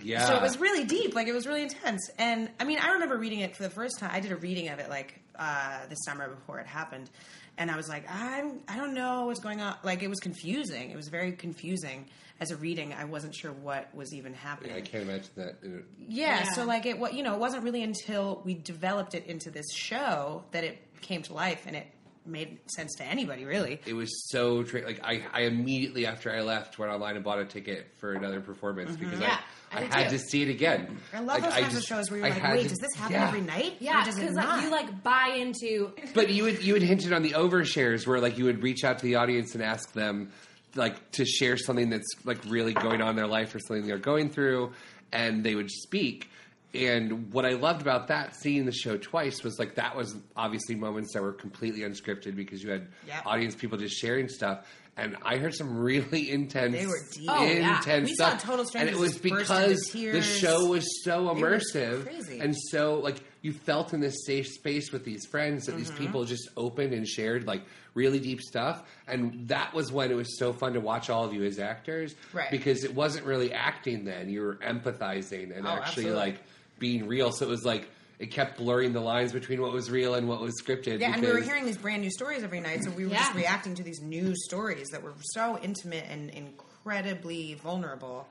[SPEAKER 3] Yeah.
[SPEAKER 5] So it was really deep. Like it was really intense. And I mean, I remember reading it for the first time. I did a reading of it like uh, the summer before it happened, and I was like, I'm I don't know what's going on. Like it was confusing. It was very confusing as a reading. I wasn't sure what was even happening.
[SPEAKER 3] I can't imagine that. uh,
[SPEAKER 5] Yeah, so like it, what you know, it wasn't really until we developed it into this show that it came to life and it made sense to anybody, really.
[SPEAKER 3] It was so tra- like I, I immediately after I left went online and bought a ticket for another performance
[SPEAKER 5] Mhm.
[SPEAKER 3] because
[SPEAKER 5] Yeah,
[SPEAKER 3] I,
[SPEAKER 5] I
[SPEAKER 3] I,
[SPEAKER 5] did
[SPEAKER 3] had
[SPEAKER 5] too.
[SPEAKER 3] to see it again.
[SPEAKER 5] I love
[SPEAKER 3] Like,
[SPEAKER 5] those kinds
[SPEAKER 3] just-
[SPEAKER 5] of shows where you're
[SPEAKER 3] I
[SPEAKER 5] like,
[SPEAKER 3] had
[SPEAKER 5] wait,
[SPEAKER 3] to-
[SPEAKER 5] does this happen
[SPEAKER 3] yeah.
[SPEAKER 5] every night?
[SPEAKER 6] Yeah,
[SPEAKER 5] Or does it
[SPEAKER 6] because like
[SPEAKER 5] not?
[SPEAKER 6] you like buy (laughs) into.
[SPEAKER 3] But you would you had hinted on the overshares where like you would reach out to the audience and ask them like to share something that's like really going on in their life or something they're going through, and they would speak. And what I loved about that, seeing the show twice, was like that was obviously moments that were completely unscripted because you had
[SPEAKER 5] Yep.
[SPEAKER 3] audience people just sharing stuff. And I heard some really (laughs) intense,
[SPEAKER 5] They were deep. Oh, yeah.
[SPEAKER 3] intense
[SPEAKER 5] We saw
[SPEAKER 3] stuff.
[SPEAKER 5] total
[SPEAKER 3] and
[SPEAKER 5] strangers
[SPEAKER 3] it was
[SPEAKER 5] just burst
[SPEAKER 3] because
[SPEAKER 5] into
[SPEAKER 3] the
[SPEAKER 5] tears.
[SPEAKER 3] show was so
[SPEAKER 5] It was
[SPEAKER 3] immersive
[SPEAKER 5] crazy.
[SPEAKER 3] and so like you felt in this safe space with these friends that these
[SPEAKER 5] Mhm.
[SPEAKER 3] people just opened and shared like really deep stuff and that was when it was so fun to watch all of you as actors
[SPEAKER 5] Right.
[SPEAKER 3] because it wasn't really acting then you were empathizing and
[SPEAKER 5] Oh,
[SPEAKER 3] actually
[SPEAKER 5] absolutely.
[SPEAKER 3] like being real so it was like it kept blurring the lines between what was real and what was scripted
[SPEAKER 5] Yeah, and we were
[SPEAKER 3] because-
[SPEAKER 5] hearing these brand new stories every night, so we were just reacting to these new stories that were so intimate and incredibly vulnerable.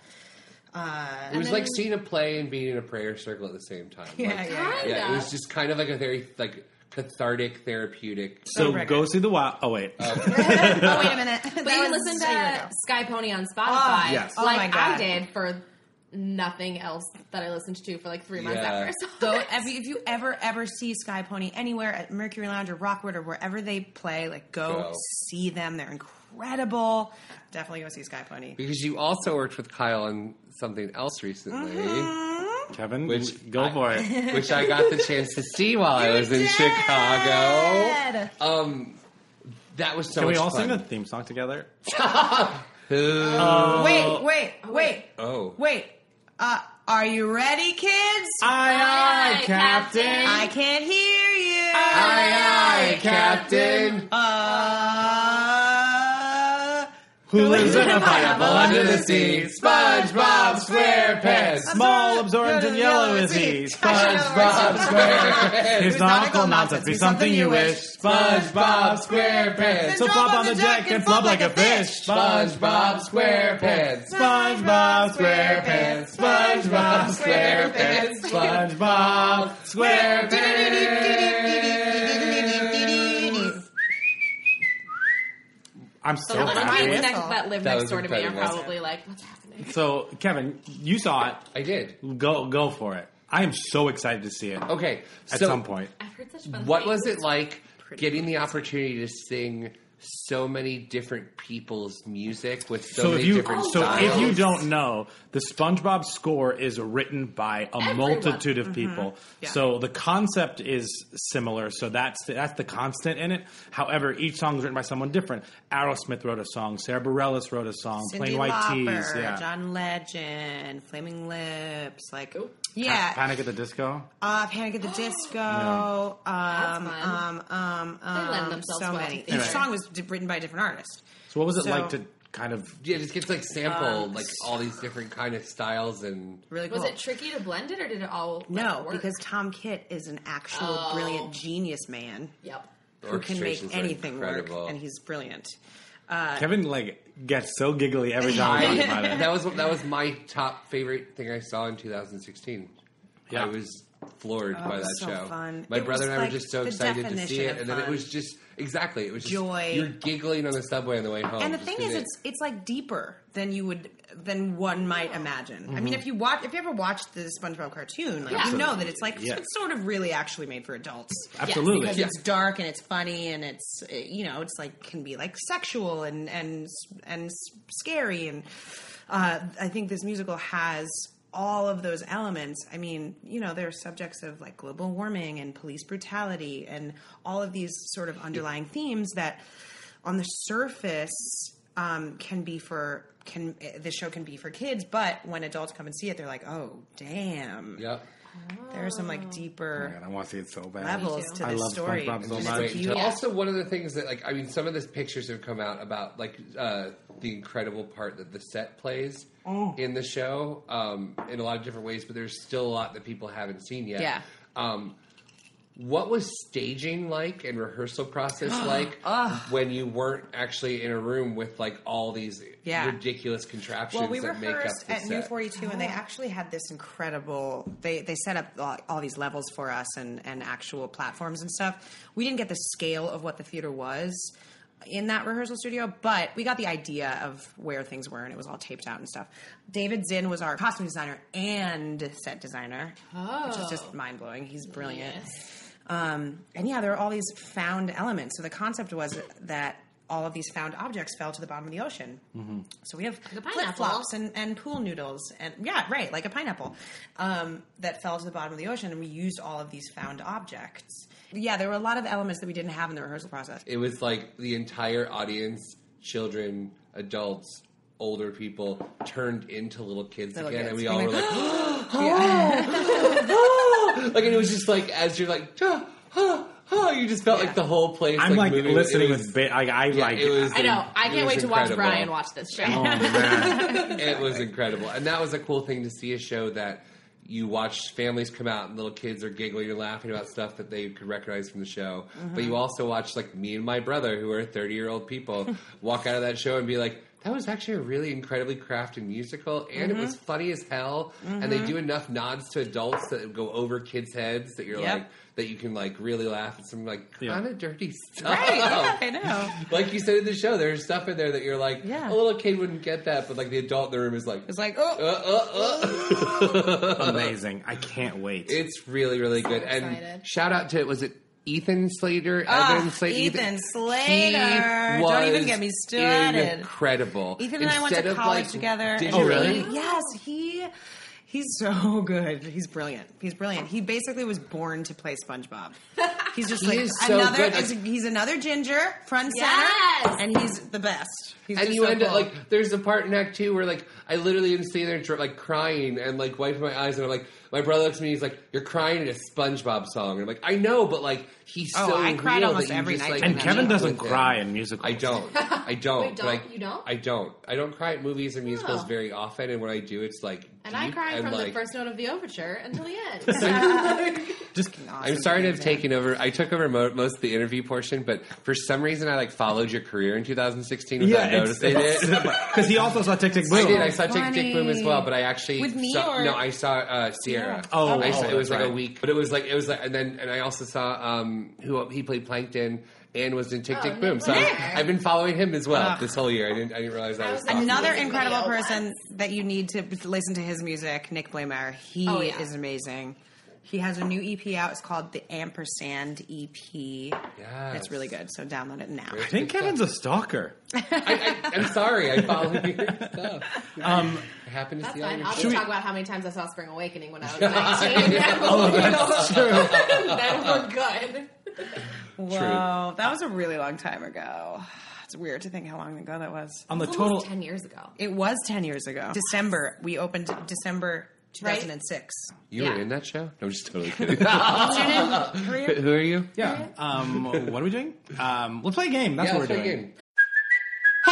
[SPEAKER 5] Uh,
[SPEAKER 3] it was like seeing a play and being in a prayer circle at the same time.
[SPEAKER 5] Yeah,
[SPEAKER 3] Like,
[SPEAKER 5] yeah, yeah.
[SPEAKER 3] yeah. It was just kind of like a very like cathartic, therapeutic.
[SPEAKER 2] So go see the wild. Oh wait,
[SPEAKER 6] oh
[SPEAKER 5] (laughs)
[SPEAKER 6] wait a minute! But
[SPEAKER 5] That
[SPEAKER 6] you
[SPEAKER 5] was
[SPEAKER 6] listened
[SPEAKER 5] a year
[SPEAKER 6] to Sky Pony on Spotify,
[SPEAKER 2] Oh, yes. Oh
[SPEAKER 6] like
[SPEAKER 2] my God.
[SPEAKER 6] I did for nothing else that I listened to for like three months after. (laughs) So
[SPEAKER 5] Go if you, if you ever ever see Sky Pony anywhere at Mercury Lounge or Rockwood or wherever they play, like go,
[SPEAKER 3] Go.
[SPEAKER 5] see them. They're incredible. Definitely go see Sky Pony.
[SPEAKER 3] Because you also worked with Kyle on something else recently.
[SPEAKER 6] Mm-hmm.
[SPEAKER 2] Kevin,
[SPEAKER 3] which
[SPEAKER 2] go for
[SPEAKER 3] (laughs)
[SPEAKER 2] it.
[SPEAKER 3] which I got the chance to see while I was in Chicago. Um, that was so.
[SPEAKER 2] Can we
[SPEAKER 3] much
[SPEAKER 2] all
[SPEAKER 3] fun.
[SPEAKER 2] sing the theme song together?
[SPEAKER 3] Who-
[SPEAKER 2] Oh.
[SPEAKER 5] wait, wait, wait,
[SPEAKER 3] Oh.
[SPEAKER 5] wait. Uh, are you ready, kids?
[SPEAKER 2] Aye, aye, Captain.
[SPEAKER 5] I can't hear you.
[SPEAKER 2] Aye, aye, Captain.
[SPEAKER 5] Uh,
[SPEAKER 2] Who lives in a
[SPEAKER 5] pineapple
[SPEAKER 2] under the sea?
[SPEAKER 3] SpongeBob SquarePants.
[SPEAKER 2] Small, absorbent, and yellow is he.
[SPEAKER 5] (laughs)
[SPEAKER 2] SpongeBob SquarePants. His nautical nonsense be something you wish. SpongeBob SquarePants.
[SPEAKER 3] (laughs)
[SPEAKER 2] So flop on the deck and flop like a fish.
[SPEAKER 3] SpongeBob SquarePants.
[SPEAKER 2] SpongeBob SquarePants. SpongeBob
[SPEAKER 3] SquarePants.
[SPEAKER 2] SpongeBob SquarePants. I'm
[SPEAKER 6] the
[SPEAKER 2] so
[SPEAKER 6] little
[SPEAKER 2] happy.
[SPEAKER 6] kids next, that live
[SPEAKER 2] That
[SPEAKER 6] next
[SPEAKER 2] was
[SPEAKER 6] door to me are
[SPEAKER 2] incredible.
[SPEAKER 6] probably like, "What's happening?"
[SPEAKER 2] So, Kevin, you saw it.
[SPEAKER 3] I did.
[SPEAKER 2] Go go for it. I am so excited to see it.
[SPEAKER 3] Okay,
[SPEAKER 2] at
[SPEAKER 3] so-
[SPEAKER 2] some point.
[SPEAKER 6] I've heard such fun
[SPEAKER 3] What
[SPEAKER 6] things.
[SPEAKER 3] was it like getting the opportunity to sing so many different people's music with so,
[SPEAKER 2] So
[SPEAKER 3] many
[SPEAKER 2] if you
[SPEAKER 3] different
[SPEAKER 2] so
[SPEAKER 3] styles?
[SPEAKER 2] if you don't know, the SpongeBob score is written by a multitude of
[SPEAKER 5] Mhm.
[SPEAKER 2] people.
[SPEAKER 5] Yeah.
[SPEAKER 2] So the concept is similar. So that's the, that's the constant in it. However, each song is written by someone different. Aerosmith wrote a song. Sarah Bareilles wrote a song.
[SPEAKER 5] Cindy
[SPEAKER 2] Plain White
[SPEAKER 5] Lauper,
[SPEAKER 2] Tees. Yeah.
[SPEAKER 5] John Legend, Flaming Lips, like yeah,
[SPEAKER 2] Pa- Panic at the Disco.
[SPEAKER 5] uh, Panic
[SPEAKER 2] (gasps)
[SPEAKER 5] at the Disco,
[SPEAKER 2] Yeah.
[SPEAKER 5] um, um, um, um,
[SPEAKER 6] They lend themselves
[SPEAKER 5] so
[SPEAKER 6] well
[SPEAKER 5] many.
[SPEAKER 6] to
[SPEAKER 5] Each
[SPEAKER 2] theater.
[SPEAKER 5] song was d- written by a different artist.
[SPEAKER 2] So what was it
[SPEAKER 5] So-
[SPEAKER 2] like to kind of
[SPEAKER 3] yeah, it just gets like sampled
[SPEAKER 5] Um,
[SPEAKER 3] like all these different kind of styles and
[SPEAKER 5] Really cool.
[SPEAKER 6] Was it tricky to blend it, or did it all? like,
[SPEAKER 5] No,
[SPEAKER 6] work?
[SPEAKER 5] because Tom Kitt is an actual
[SPEAKER 6] Oh.
[SPEAKER 5] brilliant genius man
[SPEAKER 6] Yep.
[SPEAKER 5] who can make
[SPEAKER 3] Orchestrations are
[SPEAKER 5] anything work,
[SPEAKER 2] (laughs)
[SPEAKER 3] incredible.
[SPEAKER 5] and he's brilliant. Uh,
[SPEAKER 2] Kevin like gets so giggly every time we
[SPEAKER 5] (laughs)
[SPEAKER 2] talk about it.
[SPEAKER 3] that was that was my top favorite thing I saw in 2016.
[SPEAKER 2] Yeah.
[SPEAKER 3] I was floored
[SPEAKER 5] Oh, it
[SPEAKER 3] by
[SPEAKER 5] was
[SPEAKER 3] that
[SPEAKER 5] so
[SPEAKER 3] show.
[SPEAKER 5] fun.
[SPEAKER 3] My
[SPEAKER 5] It
[SPEAKER 3] brother
[SPEAKER 5] was
[SPEAKER 3] and I
[SPEAKER 5] like
[SPEAKER 3] were just so
[SPEAKER 5] the
[SPEAKER 3] excited to see
[SPEAKER 5] definition
[SPEAKER 3] it,
[SPEAKER 5] of
[SPEAKER 3] and then it
[SPEAKER 5] fun.
[SPEAKER 3] was just exactly it was just,
[SPEAKER 5] Joy.
[SPEAKER 3] You're giggling on the subway on the way home.
[SPEAKER 5] and the
[SPEAKER 3] Oh, just
[SPEAKER 5] thing
[SPEAKER 3] in
[SPEAKER 5] is,
[SPEAKER 3] it.
[SPEAKER 5] it's it's like deeper than you would than one might imagine. I mean, if you watch, if you ever watched the SpongeBob cartoon, like you
[SPEAKER 2] Absolutely.
[SPEAKER 5] know that it's like
[SPEAKER 2] Yeah.
[SPEAKER 5] it's sort of really actually made for adults.
[SPEAKER 2] Absolutely.
[SPEAKER 5] because it's
[SPEAKER 2] Yeah.
[SPEAKER 5] dark and it's funny and it's uh, you know it's like can be like sexual and and and s- scary and uh, I think this musical has. All of those elements. I mean, you know, there are subjects of like global warming and police brutality and all of these sort of underlying themes that on the surface um, can be for can the show can be for kids, but when adults come and see it, they're like, oh damn,
[SPEAKER 3] Yep.
[SPEAKER 5] there are some like deeper.
[SPEAKER 2] I want to see it so bad.
[SPEAKER 5] Levels to
[SPEAKER 2] I
[SPEAKER 5] this
[SPEAKER 2] love
[SPEAKER 5] story.
[SPEAKER 2] SpongeBob so
[SPEAKER 3] It's
[SPEAKER 2] much.
[SPEAKER 3] great. Also, one of the things that, like, I mean, some of the pictures have come out about, like, uh, the incredible part that the set plays
[SPEAKER 5] Oh.
[SPEAKER 3] in the show um, in a lot of different ways, but there's still a lot that people haven't seen yet.
[SPEAKER 5] Yeah.
[SPEAKER 3] Um, what was staging like and rehearsal
[SPEAKER 5] (gasps)
[SPEAKER 3] process like when you weren't actually in a room with like all these
[SPEAKER 5] Yeah.
[SPEAKER 3] ridiculous contraptions
[SPEAKER 5] Well, we
[SPEAKER 3] that make up
[SPEAKER 5] rehearsed
[SPEAKER 3] the
[SPEAKER 5] at
[SPEAKER 3] set?
[SPEAKER 5] New Forty Two, and they actually had this incredible. They they set up all, all these levels for us and and actual platforms and stuff. We didn't get the scale of what the theater was in that rehearsal studio, but we got the idea of where things were, and it was all taped out and stuff. David Zinn was our costume designer and set designer, which is just mind blowing. He's brilliant. Um, and yeah, there are all these found elements. So the concept was that all of these found objects fell to the bottom of the ocean. So we have flip flops and, and pool noodles and yeah, right, like a pineapple um, that fell to the bottom of the ocean, and we used all of these found objects. Yeah, there were a lot of elements that we didn't have in the rehearsal process.
[SPEAKER 3] It was like the entire audience, children, adults, older people, turned into little kids
[SPEAKER 5] Little
[SPEAKER 3] again, and
[SPEAKER 5] kids
[SPEAKER 3] we all were
[SPEAKER 5] being
[SPEAKER 4] (gasps)
[SPEAKER 3] like,
[SPEAKER 5] like, (laughs)
[SPEAKER 3] like, and it was just like as you're like, huh, huh, huh, you just felt like the whole place.
[SPEAKER 2] I'm like,
[SPEAKER 3] moving.
[SPEAKER 2] listening
[SPEAKER 3] It was-
[SPEAKER 2] with ba- like I
[SPEAKER 3] yeah,
[SPEAKER 2] like
[SPEAKER 3] it was.
[SPEAKER 4] I know. I
[SPEAKER 3] it
[SPEAKER 4] can't
[SPEAKER 3] was
[SPEAKER 4] wait to watch
[SPEAKER 3] incredible.
[SPEAKER 4] Brian watch this show.
[SPEAKER 2] (laughs) Oh man.
[SPEAKER 3] It was incredible, and that was a cool thing to see a show that. You watch families come out and little kids are giggling and laughing about stuff that they could recognize from the show. But you also watch like me and my brother, who are thirty year
[SPEAKER 5] (laughs)
[SPEAKER 3] old people, walk out of that show and be like, "That was actually a really incredibly crafted musical, and it
[SPEAKER 5] Mm-hmm.
[SPEAKER 3] was funny as hell." And they do enough nods to adults that go over kids' heads that you're
[SPEAKER 5] Yep.
[SPEAKER 3] like that you can like really laugh at some like
[SPEAKER 2] Yeah.
[SPEAKER 3] kind of dirty stuff.
[SPEAKER 5] Right, (laughs) yeah, I know.
[SPEAKER 3] Like you said in the show, there's stuff in there that you're like,
[SPEAKER 5] Yeah.
[SPEAKER 3] a little kid wouldn't get that, but like the adult in the room is like, uh,
[SPEAKER 5] It's like, oh,
[SPEAKER 2] (laughs) Amazing. I can't wait.
[SPEAKER 3] it's really, really good. And
[SPEAKER 4] excited.
[SPEAKER 3] shout out to was it Ethan Slater?
[SPEAKER 5] Ah,
[SPEAKER 3] Evan Slater?
[SPEAKER 5] Ethan Slater.
[SPEAKER 3] He
[SPEAKER 5] Don't even
[SPEAKER 3] was
[SPEAKER 5] get me started.
[SPEAKER 3] Incredible.
[SPEAKER 5] Ethan and I went to
[SPEAKER 3] Instead of,
[SPEAKER 5] college
[SPEAKER 3] like,
[SPEAKER 5] together.
[SPEAKER 3] did
[SPEAKER 5] and
[SPEAKER 3] you
[SPEAKER 2] Oh, really?
[SPEAKER 5] he- Yes, he he's so good. He's brilliant. He's brilliant. He basically was born to play SpongeBob. He's just
[SPEAKER 3] He
[SPEAKER 5] like
[SPEAKER 3] is so
[SPEAKER 5] another.
[SPEAKER 3] good.
[SPEAKER 5] is- he's another ginger front and
[SPEAKER 4] Yes!
[SPEAKER 5] center, and he's the best. He's
[SPEAKER 3] and
[SPEAKER 5] just
[SPEAKER 3] you
[SPEAKER 5] so
[SPEAKER 3] end up
[SPEAKER 5] cool.
[SPEAKER 3] like there's a part in Act Two where like I literally am sitting there dr- like crying and like wiping my eyes and I'm like my brother looks at me he's like you're crying at a SpongeBob song and I'm like I know but like he's
[SPEAKER 5] Oh,
[SPEAKER 3] so
[SPEAKER 5] I cried
[SPEAKER 3] real
[SPEAKER 5] almost
[SPEAKER 3] that you
[SPEAKER 5] every
[SPEAKER 3] just,
[SPEAKER 5] night
[SPEAKER 3] like,
[SPEAKER 5] to
[SPEAKER 2] and
[SPEAKER 5] that.
[SPEAKER 3] connect
[SPEAKER 2] Kevin doesn't
[SPEAKER 3] with him.
[SPEAKER 2] cry in musicals.
[SPEAKER 3] I don't I don't
[SPEAKER 4] Wait,
[SPEAKER 3] but
[SPEAKER 4] don't-
[SPEAKER 3] I,
[SPEAKER 4] you don't?
[SPEAKER 3] I don't I don't cry at movies and musicals
[SPEAKER 4] Oh.
[SPEAKER 3] very often and when I do it's like
[SPEAKER 4] And I
[SPEAKER 3] deep
[SPEAKER 4] cried
[SPEAKER 3] and,
[SPEAKER 4] from the
[SPEAKER 3] like,
[SPEAKER 4] first note of the overture until the end.
[SPEAKER 2] Just
[SPEAKER 3] I'm sorry to have taken over. I took over mo- most of the interview portion, but for some reason I like followed your career in 2016 without noticing it. (laughs)
[SPEAKER 2] because he also saw Tick Tick Boom.
[SPEAKER 3] I
[SPEAKER 4] Oh,
[SPEAKER 3] did. I saw Tick Tick Boom as well, but I actually
[SPEAKER 5] With me
[SPEAKER 3] saw,
[SPEAKER 5] or-
[SPEAKER 3] no, I saw uh, Sierra.
[SPEAKER 2] Oh,
[SPEAKER 3] I saw,
[SPEAKER 2] oh,
[SPEAKER 3] it was
[SPEAKER 2] that's
[SPEAKER 3] like a
[SPEAKER 2] right.
[SPEAKER 3] week, but it was like it was like, and then and I also saw um who he played Plankton and was in Tick
[SPEAKER 4] Oh,
[SPEAKER 3] Tick Boom. So
[SPEAKER 4] Nick.
[SPEAKER 3] I, have been following him as
[SPEAKER 2] Ah.
[SPEAKER 3] well this whole year. I didn't I didn't realize I was talking
[SPEAKER 5] Another
[SPEAKER 3] about him.
[SPEAKER 5] incredible person that you need to listen to his music, Nick Blamer. He
[SPEAKER 4] Oh, yeah.
[SPEAKER 5] is amazing. He has a new EP out. It's called the Ampersand EP.
[SPEAKER 3] Yes.
[SPEAKER 5] It's really good. So download it now.
[SPEAKER 2] I think Kevin's
[SPEAKER 5] (laughs)
[SPEAKER 2] a stalker.
[SPEAKER 3] I, I, I'm sorry, I followed your stuff.
[SPEAKER 2] (laughs)
[SPEAKER 3] Um, I happened to
[SPEAKER 4] That's
[SPEAKER 3] see all
[SPEAKER 4] fine.
[SPEAKER 3] your
[SPEAKER 4] I'll
[SPEAKER 3] shows.
[SPEAKER 4] just talk about how many times I saw Spring Awakening when I was
[SPEAKER 5] (laughs)
[SPEAKER 4] 19.
[SPEAKER 5] Oh,
[SPEAKER 6] (laughs)
[SPEAKER 4] then we're good.
[SPEAKER 5] Whoa, that was a really long time ago. It's weird to think how long ago that was.
[SPEAKER 2] On the
[SPEAKER 4] Almost
[SPEAKER 2] total,
[SPEAKER 4] 10 years ago.
[SPEAKER 5] It was 10 years ago. December. We opened December
[SPEAKER 4] Right.
[SPEAKER 5] 2006.
[SPEAKER 3] You
[SPEAKER 4] Yeah.
[SPEAKER 3] were in that show? No, I'm just totally
[SPEAKER 4] (laughs)
[SPEAKER 3] kidding.
[SPEAKER 5] What's your name? Who are you?
[SPEAKER 3] Who are you?
[SPEAKER 2] yeah. Um, what are we doing? Um, let's play a game. That's
[SPEAKER 3] Yeah,
[SPEAKER 2] what
[SPEAKER 3] let's
[SPEAKER 2] we're
[SPEAKER 3] play a
[SPEAKER 2] doing.
[SPEAKER 3] game.
[SPEAKER 8] Hey,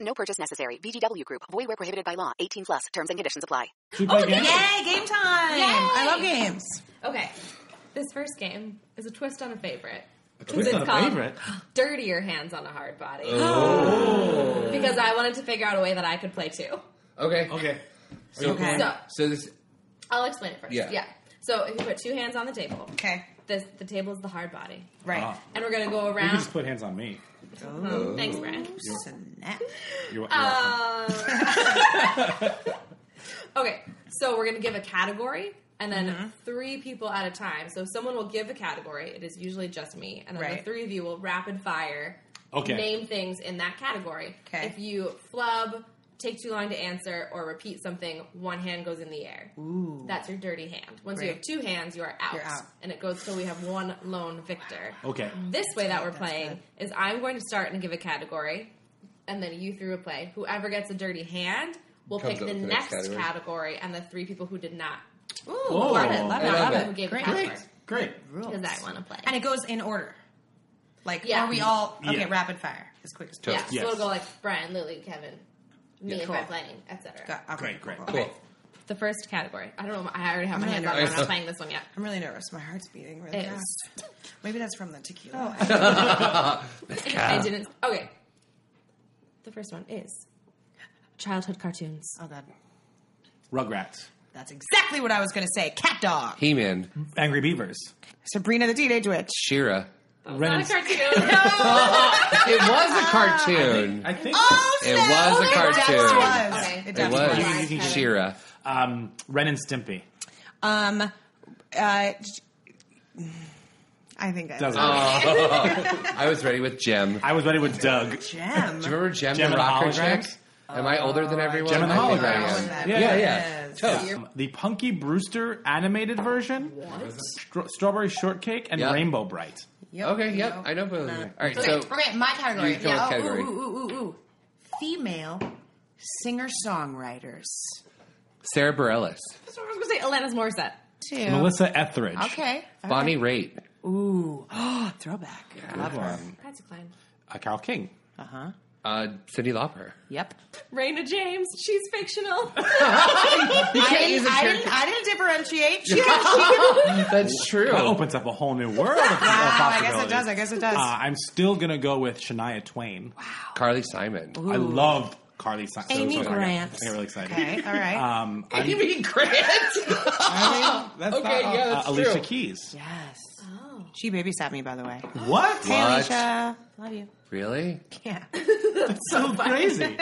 [SPEAKER 9] No purchase necessary. VGW Group. Void where prohibited by law. 18 plus. Terms and conditions apply.
[SPEAKER 2] Should we play
[SPEAKER 5] Oh,
[SPEAKER 2] games?
[SPEAKER 5] yay, game time! I love games.
[SPEAKER 6] Okay, this first game is a twist on a favorite.
[SPEAKER 2] twist
[SPEAKER 6] It's
[SPEAKER 2] on a
[SPEAKER 6] called
[SPEAKER 2] favorite?
[SPEAKER 6] (gasps) Dirtier Hands on a Hard Body.
[SPEAKER 3] Oh.
[SPEAKER 6] (gasps) Because I wanted to figure out a way that I could play too.
[SPEAKER 3] Okay. Okay. So,
[SPEAKER 6] Okay.
[SPEAKER 3] so, this
[SPEAKER 6] I'll explain it first.
[SPEAKER 3] Yeah.
[SPEAKER 6] So if you put two hands on the table. Okay. The, the table is the hard body.
[SPEAKER 2] Right. Ah.
[SPEAKER 6] And we're going to go
[SPEAKER 2] You can
[SPEAKER 6] around.
[SPEAKER 2] just put hands on me.
[SPEAKER 6] Mhm. Thanks, Brian.
[SPEAKER 2] You're, you're
[SPEAKER 5] Uh,
[SPEAKER 6] Um, (laughs) okay, so we're going to give a category and then
[SPEAKER 5] Mm-hmm.
[SPEAKER 6] three people at a time. So someone will give a category. It is usually just me. And then
[SPEAKER 5] Right.
[SPEAKER 6] the three of you will rapid fire
[SPEAKER 5] Okay.
[SPEAKER 6] name things in that category.
[SPEAKER 5] Okay.
[SPEAKER 6] If you flub, take too long to answer, or repeat something, one hand goes in the air.
[SPEAKER 5] Ooh.
[SPEAKER 6] That's your dirty hand. Once you
[SPEAKER 5] Great.
[SPEAKER 6] have two hands, you are out.
[SPEAKER 5] You're out.
[SPEAKER 6] And it goes till we have one lone victor.
[SPEAKER 2] Okay.
[SPEAKER 6] This way that we're playing is I'm going to start and give a category, and then you three will play. Whoever gets a dirty hand will
[SPEAKER 3] Comes
[SPEAKER 6] pick
[SPEAKER 3] up
[SPEAKER 6] the
[SPEAKER 3] with the
[SPEAKER 6] next
[SPEAKER 3] next
[SPEAKER 6] category.
[SPEAKER 3] category.
[SPEAKER 6] and the three people who did not. Ooh,
[SPEAKER 5] Oh,
[SPEAKER 2] Whoa. love it, love it, love it.
[SPEAKER 6] Who gave
[SPEAKER 5] Great.
[SPEAKER 6] the category.
[SPEAKER 2] Great. Great.
[SPEAKER 6] Because I want to play.
[SPEAKER 5] And it goes in order. Like,
[SPEAKER 6] Yeah.
[SPEAKER 5] are we all okay?
[SPEAKER 2] Yeah.
[SPEAKER 5] Rapid fire, as quick as
[SPEAKER 6] Yeah,
[SPEAKER 5] possible.
[SPEAKER 6] so it'll go like Brian, Lily, Kevin, me
[SPEAKER 5] Yeah,
[SPEAKER 6] if
[SPEAKER 5] cool.
[SPEAKER 6] I'm playing, etc.
[SPEAKER 5] Got- okay,
[SPEAKER 2] Great, great.
[SPEAKER 5] cool,
[SPEAKER 2] Cool.
[SPEAKER 6] The first category. I don't know. I already have my
[SPEAKER 5] I'm
[SPEAKER 6] hands
[SPEAKER 5] really
[SPEAKER 6] up. I'm not
[SPEAKER 5] nervous.
[SPEAKER 6] playing this one yet.
[SPEAKER 5] I'm really nervous. My heart's beating really
[SPEAKER 6] It
[SPEAKER 5] fast. (laughs)
[SPEAKER 6] is.
[SPEAKER 5] Maybe that's from the tequila.
[SPEAKER 6] (laughs)
[SPEAKER 5] (laughs)
[SPEAKER 6] I didn't. Okay. The first one is childhood cartoons.
[SPEAKER 5] Oh god,
[SPEAKER 2] Rugrats.
[SPEAKER 5] that's exactly what I was going to say. Cat dog.
[SPEAKER 3] He Man,
[SPEAKER 2] Angry Beavers.
[SPEAKER 5] Sabrina the Teenage Witch.
[SPEAKER 3] Shira.
[SPEAKER 2] Ren and-
[SPEAKER 6] (laughs)
[SPEAKER 3] It was a cartoon.
[SPEAKER 2] I think
[SPEAKER 5] Oh,
[SPEAKER 3] It was a
[SPEAKER 5] definitely
[SPEAKER 3] cartoon.
[SPEAKER 5] was.
[SPEAKER 6] Okay.
[SPEAKER 5] It
[SPEAKER 3] It
[SPEAKER 5] definitely was.
[SPEAKER 3] was Shira.
[SPEAKER 2] um, Ren and Stimpy.
[SPEAKER 5] Um, uh, I think I
[SPEAKER 2] Doesn't.
[SPEAKER 3] I was ready with Gem.
[SPEAKER 2] I was ready with Doug.
[SPEAKER 5] Gem.
[SPEAKER 3] Do you remember Gem,
[SPEAKER 2] Gem
[SPEAKER 3] the
[SPEAKER 2] and
[SPEAKER 3] rocker
[SPEAKER 2] holograms?
[SPEAKER 3] chick? Am I older
[SPEAKER 5] Oh,
[SPEAKER 3] than everyone?
[SPEAKER 2] Gem and
[SPEAKER 3] I think
[SPEAKER 2] holograms.
[SPEAKER 3] I am.
[SPEAKER 2] Yeah,
[SPEAKER 3] Yeah, yeah.
[SPEAKER 5] yeah.
[SPEAKER 3] Toast.
[SPEAKER 2] Um, the Punky Brewster animated version, Stro- Strawberry Shortcake, and
[SPEAKER 3] Yeah.
[SPEAKER 2] Rainbow Bright.
[SPEAKER 3] Okay, yep. I know both of you. All right, so
[SPEAKER 5] okay, my category.
[SPEAKER 3] You come
[SPEAKER 5] Yeah. oh,
[SPEAKER 3] with category.
[SPEAKER 5] Ooh, ooh, ooh, ooh, ooh. Female singer songwriters.
[SPEAKER 3] Sarah Bareilles,
[SPEAKER 6] That's what I was going to say. Alanis Morissette.
[SPEAKER 5] Two.
[SPEAKER 2] Melissa Etheridge.
[SPEAKER 5] Okay.
[SPEAKER 3] Bonnie Raitt,
[SPEAKER 5] Ooh. (gasps) Oh, throwback.
[SPEAKER 2] Good one.
[SPEAKER 6] Patsy Cline.
[SPEAKER 2] Uh, Cal King.
[SPEAKER 5] Uh huh.
[SPEAKER 3] uh, Cindy Lauper.
[SPEAKER 5] Yep.
[SPEAKER 6] Raina James. She's
[SPEAKER 3] (laughs)
[SPEAKER 6] fictional. (laughs)
[SPEAKER 5] I didn't, I, didn't, I didn't differentiate. She, she can-
[SPEAKER 3] That's true.
[SPEAKER 2] That opens up a whole new world.
[SPEAKER 5] (laughs) wow, I
[SPEAKER 2] Of, of
[SPEAKER 5] guess it
[SPEAKER 2] possibilities.
[SPEAKER 5] does. I guess it does.
[SPEAKER 2] Uh, I'm still gonna go with Shania Twain.
[SPEAKER 3] Carly Simon.
[SPEAKER 2] I love Carly Simon.
[SPEAKER 5] Amy
[SPEAKER 2] Sorry, I got-
[SPEAKER 5] Grant.
[SPEAKER 2] I got really excited.
[SPEAKER 5] okay, all right.
[SPEAKER 2] Um, I mean,
[SPEAKER 3] Amy Grant.
[SPEAKER 2] that's
[SPEAKER 3] Okay,
[SPEAKER 2] not-
[SPEAKER 3] yeah,
[SPEAKER 2] uh,
[SPEAKER 3] that's
[SPEAKER 2] Alicia
[SPEAKER 3] true.
[SPEAKER 2] Keys.
[SPEAKER 5] yes.
[SPEAKER 6] oh.
[SPEAKER 5] She babysat me, by the way.
[SPEAKER 2] What?
[SPEAKER 5] Hey,
[SPEAKER 3] What?
[SPEAKER 5] Alicia. Love (laughs) you.
[SPEAKER 3] Really?
[SPEAKER 5] Yeah. (laughs)
[SPEAKER 2] so crazy.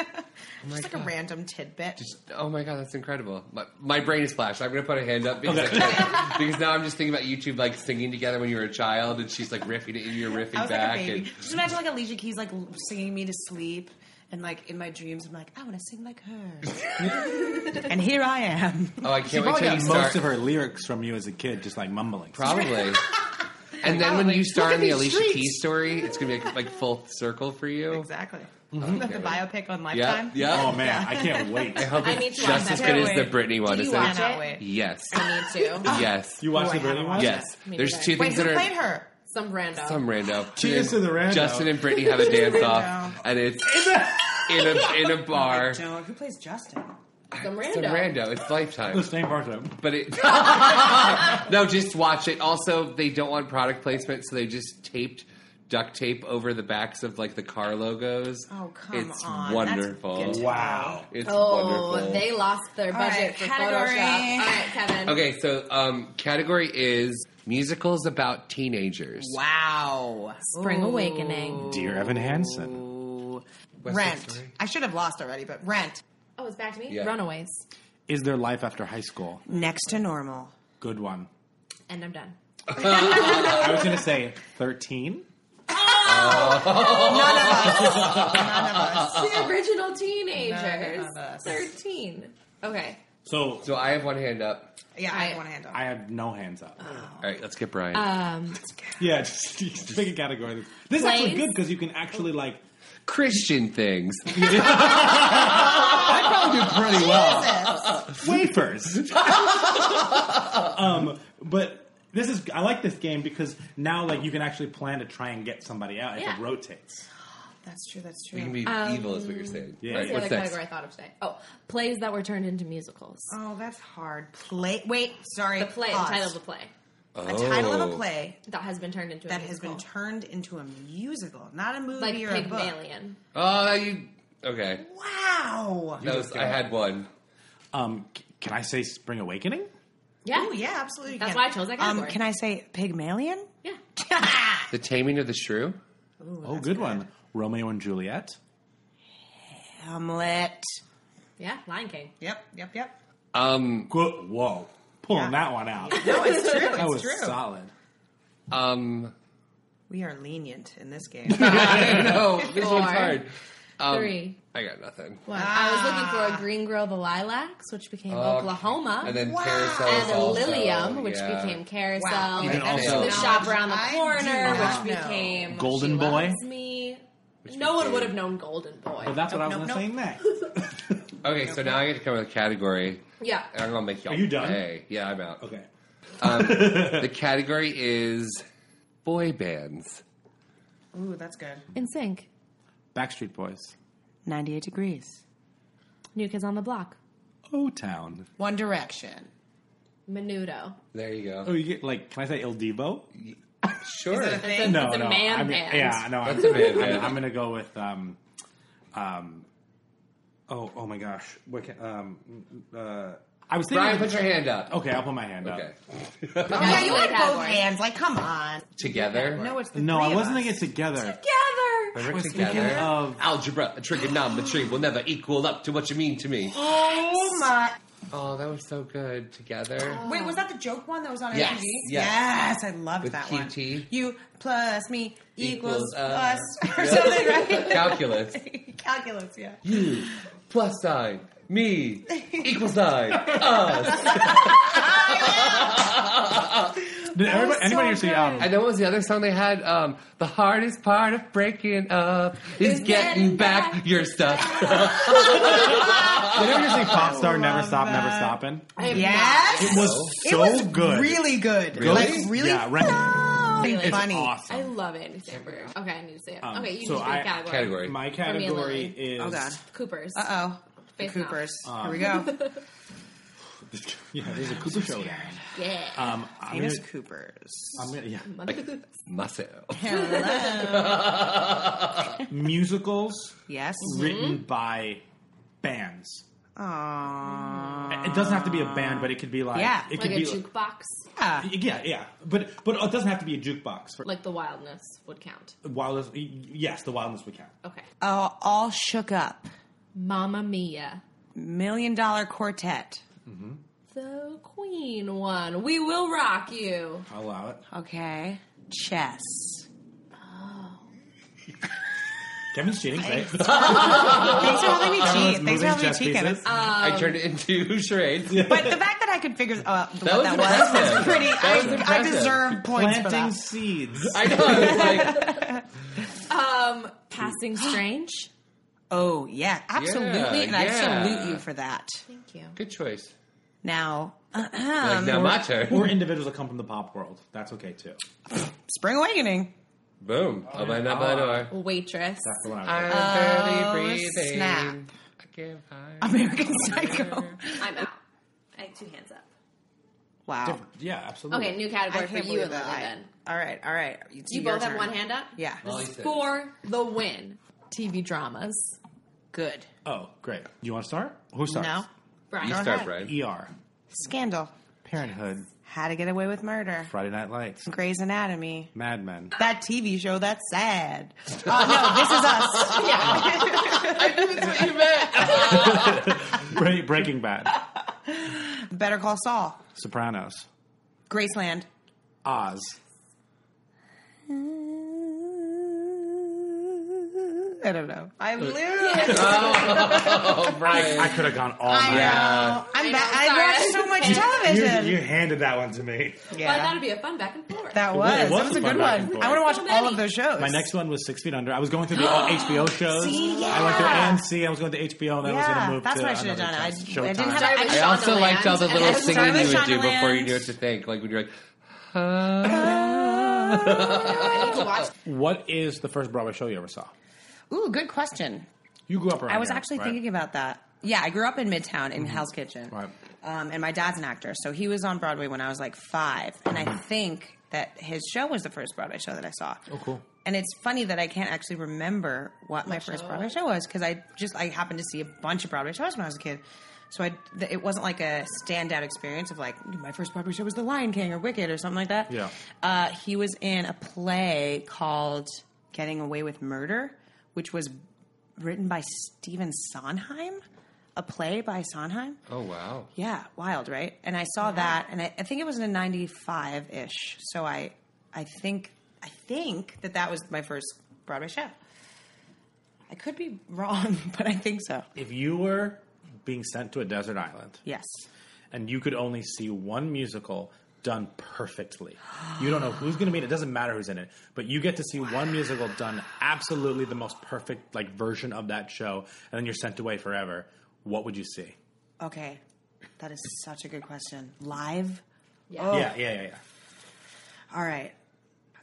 [SPEAKER 5] Just (laughs) like a random tidbit.
[SPEAKER 3] Oh my god, that's incredible. My, my brain is flashed. I'm gonna put a hand up because, I can't- because now I'm just thinking about you two like singing together when you were a child, and she's like riffing it, and you're riffing
[SPEAKER 5] I was
[SPEAKER 3] back.
[SPEAKER 5] like a baby.
[SPEAKER 3] and
[SPEAKER 5] Just imagine like Alicia Keys like l- singing me to sleep, and like in my dreams, I'm like, I want to sing like her. (laughs) and here I am.
[SPEAKER 3] oh, I
[SPEAKER 2] She
[SPEAKER 3] can't wait
[SPEAKER 2] probably
[SPEAKER 3] till you
[SPEAKER 2] got
[SPEAKER 3] start.
[SPEAKER 2] most of her lyrics from you as a kid, just like mumbling.
[SPEAKER 3] (laughs) Probably. And then when you
[SPEAKER 2] Look
[SPEAKER 3] star
[SPEAKER 2] at
[SPEAKER 3] in the
[SPEAKER 2] these
[SPEAKER 3] Alicia
[SPEAKER 2] streets.
[SPEAKER 3] Keys story, it's gonna be like, like full circle for you.
[SPEAKER 5] (laughs) Exactly. With the biopic on Lifetime.
[SPEAKER 3] yeah.
[SPEAKER 2] Oh man, I can't wait.
[SPEAKER 3] I hope
[SPEAKER 6] I need
[SPEAKER 3] it's
[SPEAKER 6] to watch
[SPEAKER 3] just
[SPEAKER 6] that.
[SPEAKER 3] as good as the
[SPEAKER 5] Can't wait.
[SPEAKER 3] Britney one.
[SPEAKER 6] Do you
[SPEAKER 3] Is that-
[SPEAKER 6] watch
[SPEAKER 5] Cannot
[SPEAKER 6] it?
[SPEAKER 5] wait.
[SPEAKER 3] Yes.
[SPEAKER 6] I need to.
[SPEAKER 3] (laughs) Yes.
[SPEAKER 2] You watched
[SPEAKER 5] Oh,
[SPEAKER 2] the
[SPEAKER 5] I haven't
[SPEAKER 2] Britney one?
[SPEAKER 5] watched
[SPEAKER 3] Yes.
[SPEAKER 6] Me
[SPEAKER 3] There's
[SPEAKER 6] neither.
[SPEAKER 3] two
[SPEAKER 5] Wait,
[SPEAKER 3] things
[SPEAKER 5] who
[SPEAKER 3] that
[SPEAKER 5] played
[SPEAKER 3] are
[SPEAKER 5] her?
[SPEAKER 6] Some random.
[SPEAKER 3] some rando.
[SPEAKER 2] Cheers to the rando.
[SPEAKER 3] Justin and Brittany have a dance off,
[SPEAKER 5] rando.
[SPEAKER 3] and it's (laughs) in a in a bar. Some
[SPEAKER 5] Joan. Who plays Justin?
[SPEAKER 6] some random.
[SPEAKER 3] rando. It's
[SPEAKER 2] The
[SPEAKER 3] lifetime.
[SPEAKER 2] same part though.
[SPEAKER 3] But it (laughs) no, just watch it. Also, they don't want product placement, so they just taped duct tape over the backs of like the car logos.
[SPEAKER 5] Oh come
[SPEAKER 3] it's
[SPEAKER 5] on!
[SPEAKER 3] Wonderful.
[SPEAKER 5] That's good to
[SPEAKER 3] wow. It's
[SPEAKER 6] oh,
[SPEAKER 3] wonderful.
[SPEAKER 6] they lost their
[SPEAKER 5] All
[SPEAKER 6] budget
[SPEAKER 5] right,
[SPEAKER 6] for
[SPEAKER 5] category.
[SPEAKER 6] Photoshop. All right, Kevin.
[SPEAKER 3] Okay, so um, category is musicals about teenagers.
[SPEAKER 5] Wow.
[SPEAKER 6] Spring Awakening.
[SPEAKER 2] Dear Evan Hansen.
[SPEAKER 5] Rent. I should have lost already, but Rent.
[SPEAKER 6] Oh, it's back to me.
[SPEAKER 2] Yeah.
[SPEAKER 6] Runaways.
[SPEAKER 2] Is there life after high school?
[SPEAKER 5] Next to normal.
[SPEAKER 2] Good one.
[SPEAKER 6] And I'm done.
[SPEAKER 2] I was going to say 13.
[SPEAKER 6] the original teenagers.
[SPEAKER 5] None of us.
[SPEAKER 6] Thirteen. Okay.
[SPEAKER 2] So,
[SPEAKER 3] so I have one hand up.
[SPEAKER 5] Yeah, I, have one hand up.
[SPEAKER 2] I have no hands up. All
[SPEAKER 3] right, let's get Brian.
[SPEAKER 6] Um,
[SPEAKER 2] yeah, (laughs) just, just pick a category. This is actually
[SPEAKER 6] Plays?
[SPEAKER 2] good because you can actually like.
[SPEAKER 3] Christian
[SPEAKER 2] (laughs)
[SPEAKER 3] things. (laughs) I probably do pretty well.
[SPEAKER 2] Wafers. (laughs) um, but this is I like this game because now like you can actually plan to try and get somebody out if
[SPEAKER 6] Yeah.
[SPEAKER 2] it rotates.
[SPEAKER 5] That's true. That's true.
[SPEAKER 3] We can be
[SPEAKER 6] Um,
[SPEAKER 3] evil, is what you're saying.
[SPEAKER 2] yeah.
[SPEAKER 3] Right,
[SPEAKER 6] That's the
[SPEAKER 3] what's
[SPEAKER 6] other
[SPEAKER 3] next?
[SPEAKER 6] category I thought of today. Oh, plays that were turned into musicals.
[SPEAKER 5] Oh, that's hard. Play. Wait, sorry.
[SPEAKER 6] The play,
[SPEAKER 5] pause.
[SPEAKER 6] the title of the play.
[SPEAKER 3] Oh.
[SPEAKER 5] A title of a play
[SPEAKER 6] that has been turned into a
[SPEAKER 5] that has
[SPEAKER 6] musical.
[SPEAKER 5] been turned into a musical, not a movie
[SPEAKER 6] like
[SPEAKER 5] or a book.
[SPEAKER 6] Pygmalion.
[SPEAKER 3] Oh, that you. Okay.
[SPEAKER 5] Wow.
[SPEAKER 3] That was, I had one.
[SPEAKER 2] Um, c- can I say Spring Awakening?
[SPEAKER 6] Yeah.
[SPEAKER 5] Ooh, yeah, absolutely.
[SPEAKER 6] That's
[SPEAKER 5] can.
[SPEAKER 6] why I chose that
[SPEAKER 5] Um,
[SPEAKER 6] category.
[SPEAKER 5] can I say Pygmalion?
[SPEAKER 3] The Taming of the Shrew.
[SPEAKER 2] oh, good, one. Romeo and Juliet.
[SPEAKER 5] Hamlet.
[SPEAKER 6] Yeah, Lion King.
[SPEAKER 5] Yep, yep, yep.
[SPEAKER 3] Um,
[SPEAKER 2] Good. Whoa, pulling that one out.
[SPEAKER 5] No, it's true.
[SPEAKER 2] that
[SPEAKER 5] it's
[SPEAKER 2] was
[SPEAKER 5] true.
[SPEAKER 2] solid.
[SPEAKER 3] Um,
[SPEAKER 5] We are lenient in this game.
[SPEAKER 6] (laughs)
[SPEAKER 3] (laughs) I know this
[SPEAKER 6] Four.
[SPEAKER 3] one's hard. Um,
[SPEAKER 6] Three.
[SPEAKER 3] I got nothing.
[SPEAKER 6] One. I was
[SPEAKER 5] Ah.
[SPEAKER 6] looking for a Green Girl, the Lilacs, which became
[SPEAKER 3] Oh,
[SPEAKER 6] Oklahoma,
[SPEAKER 3] and then
[SPEAKER 6] Wow.
[SPEAKER 3] Carousel
[SPEAKER 6] and a
[SPEAKER 3] also,
[SPEAKER 6] Lilium, which
[SPEAKER 3] yeah.
[SPEAKER 6] became Carousel,
[SPEAKER 3] Wow. You
[SPEAKER 6] and
[SPEAKER 3] can also-
[SPEAKER 6] the Shop Around the
[SPEAKER 5] I do
[SPEAKER 6] Corner,
[SPEAKER 5] not
[SPEAKER 6] which
[SPEAKER 5] know.
[SPEAKER 6] became
[SPEAKER 2] Golden
[SPEAKER 6] She
[SPEAKER 2] Boy?
[SPEAKER 6] Loves Me. no one would have known Golden Boy.
[SPEAKER 2] But that's what I was
[SPEAKER 6] Nope,
[SPEAKER 2] going to
[SPEAKER 6] nope,
[SPEAKER 2] say next.
[SPEAKER 3] Okay, so now I get to come up with a category.
[SPEAKER 6] Yeah.
[SPEAKER 3] And I'm gonna make y'all.
[SPEAKER 2] Are you done?
[SPEAKER 3] pay. Yeah, I'm out.
[SPEAKER 2] Okay.
[SPEAKER 3] Um, the category is boy bands.
[SPEAKER 5] Ooh, that's good.
[SPEAKER 6] In Sync,
[SPEAKER 2] Backstreet Boys.
[SPEAKER 5] 98 Degrees.
[SPEAKER 6] New Kids on the Block,
[SPEAKER 2] O Town.
[SPEAKER 5] One Direction.
[SPEAKER 6] Menudo.
[SPEAKER 3] There you go.
[SPEAKER 2] Oh, you get like? Can I say El Divo?
[SPEAKER 3] Sure.
[SPEAKER 6] Is it a thing?
[SPEAKER 2] No,
[SPEAKER 6] It's a
[SPEAKER 2] no.
[SPEAKER 6] man
[SPEAKER 2] I mean,
[SPEAKER 6] band.
[SPEAKER 2] Yeah, no. I'm,
[SPEAKER 3] That's a man
[SPEAKER 2] I'm-
[SPEAKER 3] band.
[SPEAKER 2] I'm gonna go with um, um. Oh, oh my gosh! What can, um, uh, I was thinking.
[SPEAKER 3] Brian,
[SPEAKER 2] of-
[SPEAKER 3] put your hand up.
[SPEAKER 2] Okay, I'll put my hand up.
[SPEAKER 3] Okay.
[SPEAKER 5] yeah, you
[SPEAKER 6] Another
[SPEAKER 5] had both
[SPEAKER 6] category.
[SPEAKER 5] hands. Like, come on.
[SPEAKER 3] Together.
[SPEAKER 5] No, it's the
[SPEAKER 2] No,
[SPEAKER 5] three
[SPEAKER 2] I
[SPEAKER 5] of
[SPEAKER 2] wasn't
[SPEAKER 5] us.
[SPEAKER 2] thinking together.
[SPEAKER 6] Together.
[SPEAKER 3] Remember
[SPEAKER 2] was
[SPEAKER 6] (laughs)
[SPEAKER 3] together.
[SPEAKER 2] thinking of-
[SPEAKER 3] Algebra, trigonometry will never equal up to what you mean to me.
[SPEAKER 5] Oh my!
[SPEAKER 3] Oh, that was so good. Together.
[SPEAKER 5] Wait, was that the joke one that was on
[SPEAKER 3] Yes,
[SPEAKER 5] MTV?
[SPEAKER 3] yes.
[SPEAKER 5] Yes, I loved
[SPEAKER 3] With
[SPEAKER 5] that one.
[SPEAKER 3] QT.
[SPEAKER 5] You plus me equals
[SPEAKER 3] Equals uh, us.
[SPEAKER 5] us (laughs) or something, right? (laughs)
[SPEAKER 3] Calculus.
[SPEAKER 5] Calculus, yeah.
[SPEAKER 3] You plus sign.
[SPEAKER 6] (laughs)
[SPEAKER 3] Me equals sign. Us.
[SPEAKER 2] Did everybody, anybody here see? Um,
[SPEAKER 3] And then what was the other song they had? Um, the hardest part of breaking up is
[SPEAKER 6] Is
[SPEAKER 3] getting
[SPEAKER 6] getting
[SPEAKER 3] back, your stuff.
[SPEAKER 2] did anybody here see Pop Star Never Stop Never Stoppin'?
[SPEAKER 5] Yes,
[SPEAKER 2] It was
[SPEAKER 6] Oh.
[SPEAKER 5] It
[SPEAKER 2] so
[SPEAKER 5] was
[SPEAKER 2] good.
[SPEAKER 5] really good.
[SPEAKER 2] Really?
[SPEAKER 5] Like really
[SPEAKER 2] Yeah, right.
[SPEAKER 5] fucking
[SPEAKER 2] It's
[SPEAKER 5] funny.
[SPEAKER 2] awesome.
[SPEAKER 6] I love Andy Samberg. Okay, I need to say it.
[SPEAKER 2] Um,
[SPEAKER 6] okay, you
[SPEAKER 2] so
[SPEAKER 6] need to pick
[SPEAKER 2] I-
[SPEAKER 6] a category.
[SPEAKER 3] Category.
[SPEAKER 6] For
[SPEAKER 2] My
[SPEAKER 6] me and
[SPEAKER 2] category
[SPEAKER 6] Lily.
[SPEAKER 2] is. Uh-uh.
[SPEAKER 5] Oh god.
[SPEAKER 6] Coopers.
[SPEAKER 5] Uh oh. The
[SPEAKER 6] Face Off.
[SPEAKER 5] Coopers. Here we
[SPEAKER 2] Um,
[SPEAKER 5] go.
[SPEAKER 2] (laughs) Yeah, there's a Cooper show.
[SPEAKER 6] Yeah.
[SPEAKER 2] Um, I'm gonna,
[SPEAKER 5] Famous Coopers.
[SPEAKER 6] (laughs)
[SPEAKER 2] I'm gonna, yeah.
[SPEAKER 3] Muscle.
[SPEAKER 2] Musicals
[SPEAKER 5] Yes.
[SPEAKER 6] Mm-hmm.
[SPEAKER 2] written by bands.
[SPEAKER 5] Aww.
[SPEAKER 2] It doesn't have to be a band, but it could be like
[SPEAKER 5] Yeah.
[SPEAKER 6] like
[SPEAKER 2] it could
[SPEAKER 6] a
[SPEAKER 2] be
[SPEAKER 6] jukebox.
[SPEAKER 5] Yeah.
[SPEAKER 2] yeah, yeah. But but it doesn't have to be a jukebox. For
[SPEAKER 6] Like the wildness would count.
[SPEAKER 2] wildness, yes, the wildness would count.
[SPEAKER 6] Okay.
[SPEAKER 5] Oh, all shook up.
[SPEAKER 6] Mamma Mia.
[SPEAKER 5] Million Dollar Quartet.
[SPEAKER 6] The Queen one. We will rock you.
[SPEAKER 2] I'll allow it.
[SPEAKER 5] Okay. Chess.
[SPEAKER 2] Kevin's cheating. Right?
[SPEAKER 3] Uh,
[SPEAKER 5] Thanks for helping me
[SPEAKER 2] Everyone's
[SPEAKER 5] cheat. Thanks for
[SPEAKER 2] moving
[SPEAKER 5] helping me
[SPEAKER 2] chess
[SPEAKER 5] cheat, Kevin.
[SPEAKER 2] pieces.
[SPEAKER 6] Um,
[SPEAKER 3] I turned it into (laughs) charades.
[SPEAKER 5] But the fact that I could figure out what
[SPEAKER 3] That was
[SPEAKER 5] that was was,
[SPEAKER 3] impressive.
[SPEAKER 5] pretty.
[SPEAKER 3] That was
[SPEAKER 5] I, I
[SPEAKER 3] impressive.
[SPEAKER 5] deserve points for
[SPEAKER 2] Planting
[SPEAKER 5] that.
[SPEAKER 2] seeds.
[SPEAKER 5] (laughs)
[SPEAKER 3] I know. I was like,
[SPEAKER 6] (laughs) Um,
[SPEAKER 3] (gasps)
[SPEAKER 6] Passing Strange.
[SPEAKER 5] Oh yeah, absolutely, and I
[SPEAKER 3] yeah.
[SPEAKER 5] salute you for that.
[SPEAKER 6] Thank you.
[SPEAKER 3] good choice.
[SPEAKER 5] Now, uh-huh,
[SPEAKER 6] Um,
[SPEAKER 3] Like, now my turn.
[SPEAKER 2] or individuals that come from the pop world. That's okay too.
[SPEAKER 5] Spring Awakening.
[SPEAKER 3] Boom. Open up my door.
[SPEAKER 6] Oh, Waitress. Oh,
[SPEAKER 2] That's the one I was
[SPEAKER 3] I'm
[SPEAKER 2] thinking.
[SPEAKER 3] barely breathing.
[SPEAKER 5] snap.
[SPEAKER 3] I can't find-
[SPEAKER 5] American Psycho.
[SPEAKER 6] I'm out. I have two hands up.
[SPEAKER 5] Wow.
[SPEAKER 2] yeah, absolutely.
[SPEAKER 6] Okay, new category
[SPEAKER 5] I
[SPEAKER 6] for
[SPEAKER 5] can't
[SPEAKER 6] you,
[SPEAKER 5] believe
[SPEAKER 6] Lily.
[SPEAKER 5] that. I-
[SPEAKER 6] Then
[SPEAKER 5] All right, all right. It's
[SPEAKER 6] you
[SPEAKER 5] your
[SPEAKER 6] both have
[SPEAKER 5] turn.
[SPEAKER 6] one hand up.
[SPEAKER 5] Yeah. Molly
[SPEAKER 6] This is
[SPEAKER 5] said-
[SPEAKER 6] for the win. TV dramas.
[SPEAKER 5] Good.
[SPEAKER 2] Oh, great. You want to start? Who starts?
[SPEAKER 5] No.
[SPEAKER 6] Brian.
[SPEAKER 5] You Go start,
[SPEAKER 2] Brian. ER.
[SPEAKER 5] Scandal.
[SPEAKER 2] Parenthood.
[SPEAKER 5] How to Get Away with Murder.
[SPEAKER 2] Friday Night Lights.
[SPEAKER 5] Grey's Anatomy. (laughs)
[SPEAKER 2] Mad Men.
[SPEAKER 5] That TV show that's sad. Uh, no, this is
[SPEAKER 6] (laughs)
[SPEAKER 5] us. (laughs)
[SPEAKER 10] I knew that's what you meant.
[SPEAKER 2] Bre- Breaking Bad.
[SPEAKER 5] Better Call Saul.
[SPEAKER 2] Sopranos.
[SPEAKER 5] Graceland.
[SPEAKER 2] Oz.
[SPEAKER 5] I don't know. I'm literally.
[SPEAKER 11] Oh,
[SPEAKER 2] I, (laughs) I could have gone all
[SPEAKER 5] I
[SPEAKER 2] night.
[SPEAKER 5] know. I'm back. I watched so (laughs) much television.
[SPEAKER 2] You, you handed that one to me.
[SPEAKER 6] Well, that'd be a fun back and forth.
[SPEAKER 5] That
[SPEAKER 2] It
[SPEAKER 5] was.
[SPEAKER 2] was. It was
[SPEAKER 5] that was a
[SPEAKER 2] fun
[SPEAKER 5] good
[SPEAKER 2] back and
[SPEAKER 5] one.
[SPEAKER 2] forth.
[SPEAKER 5] I want to watch all of those shows.
[SPEAKER 2] My next one was Six Feet Under. I was going through
[SPEAKER 5] (gasps)
[SPEAKER 2] the all HBO shows.
[SPEAKER 5] See,
[SPEAKER 2] I
[SPEAKER 5] yeah.
[SPEAKER 2] went through AMC. I was going to HBO, and I was going to move
[SPEAKER 5] that's
[SPEAKER 2] to
[SPEAKER 5] what I should have done.
[SPEAKER 2] another
[SPEAKER 5] I, I
[SPEAKER 2] channel,
[SPEAKER 5] didn't
[SPEAKER 2] Showtime.
[SPEAKER 5] have. I,
[SPEAKER 3] I also liked all the
[SPEAKER 5] and
[SPEAKER 3] little
[SPEAKER 5] I was
[SPEAKER 3] singing
[SPEAKER 5] driving
[SPEAKER 3] you would do
[SPEAKER 5] Shondaland.
[SPEAKER 3] before you knew what to think. Like when you're like,
[SPEAKER 6] (laughs)
[SPEAKER 2] What is the first Broadway show you ever saw?
[SPEAKER 5] Ooh, good question.
[SPEAKER 2] You grew up around.
[SPEAKER 5] I was
[SPEAKER 2] here,
[SPEAKER 5] actually
[SPEAKER 2] right?
[SPEAKER 5] thinking about that. Yeah, I grew up in Midtown in
[SPEAKER 2] Mhm.
[SPEAKER 5] Hell's Kitchen.
[SPEAKER 2] Right.
[SPEAKER 5] Um, and my dad's an actor, so he was on Broadway when I was like five. And
[SPEAKER 2] Mm-hmm.
[SPEAKER 5] I think that his show was the first Broadway show that I saw.
[SPEAKER 2] Oh, cool.
[SPEAKER 5] And it's funny that I can't actually remember what my first Broadway show was because I just I happened to see a bunch of Broadway shows when I was a kid. So I, th- it wasn't like a standout experience of like my first Broadway show was The Lion King or Wicked or something like that.
[SPEAKER 2] Yeah.
[SPEAKER 5] Uh, he was in a play called Getting Away with Murder, which was written by Stephen Sondheim, a play by Sondheim.
[SPEAKER 3] oh wow.
[SPEAKER 5] Yeah, wild, right? And I saw that, and I, I think it was in '95 ish. So I, I think, I think that that was my first Broadway show. I could be wrong, (laughs) but I think so.
[SPEAKER 2] If you were being sent to a desert island,
[SPEAKER 5] yes,
[SPEAKER 2] and you could only see one musical done
[SPEAKER 5] (gasps)
[SPEAKER 2] perfectly, you don't know who's going to be in it. It doesn't matter who's in it, but you get to see one musical done absolutely the most perfect like version of that show, and then you're sent away forever. What would you see?
[SPEAKER 5] Okay, that is such a good question. Live. Oh.
[SPEAKER 2] Yeah, yeah, yeah, yeah.
[SPEAKER 5] All right.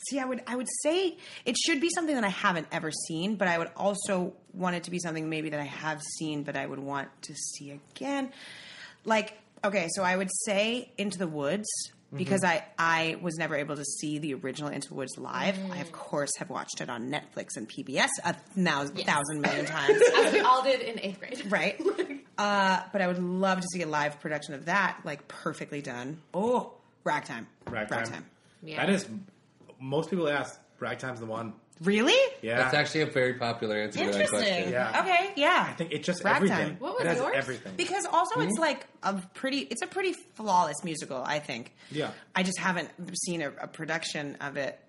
[SPEAKER 5] See, I would I would say it should be something that I haven't ever seen, but I would also want it to be something maybe that I have seen, but I would want to see again. Like, okay, so I would say Into the Woods because
[SPEAKER 10] Mhm.
[SPEAKER 5] I I was never able to see the original Into the Woods live. I of course have watched it on Netflix and PBS a thou- thousand million times.
[SPEAKER 6] As we all did in eighth grade.
[SPEAKER 5] Right. Uh, but I would love to see a live production of that, like perfectly done. Oh, ragtime.
[SPEAKER 2] Ragtime.
[SPEAKER 5] Yeah.
[SPEAKER 2] That is, most people ask, Ragtime's the one.
[SPEAKER 5] Really?
[SPEAKER 2] Yeah.
[SPEAKER 3] That's actually a very popular answer to that question.
[SPEAKER 5] Interesting. Okay. Yeah. I
[SPEAKER 2] think it's just
[SPEAKER 5] Ragtime.
[SPEAKER 2] everything.
[SPEAKER 5] What
[SPEAKER 2] was It has yours? everything.
[SPEAKER 5] Because also it's
[SPEAKER 2] Hmm?
[SPEAKER 5] like a pretty. It's a pretty flawless musical. I think.
[SPEAKER 2] Yeah.
[SPEAKER 5] I just haven't seen a, a production of it,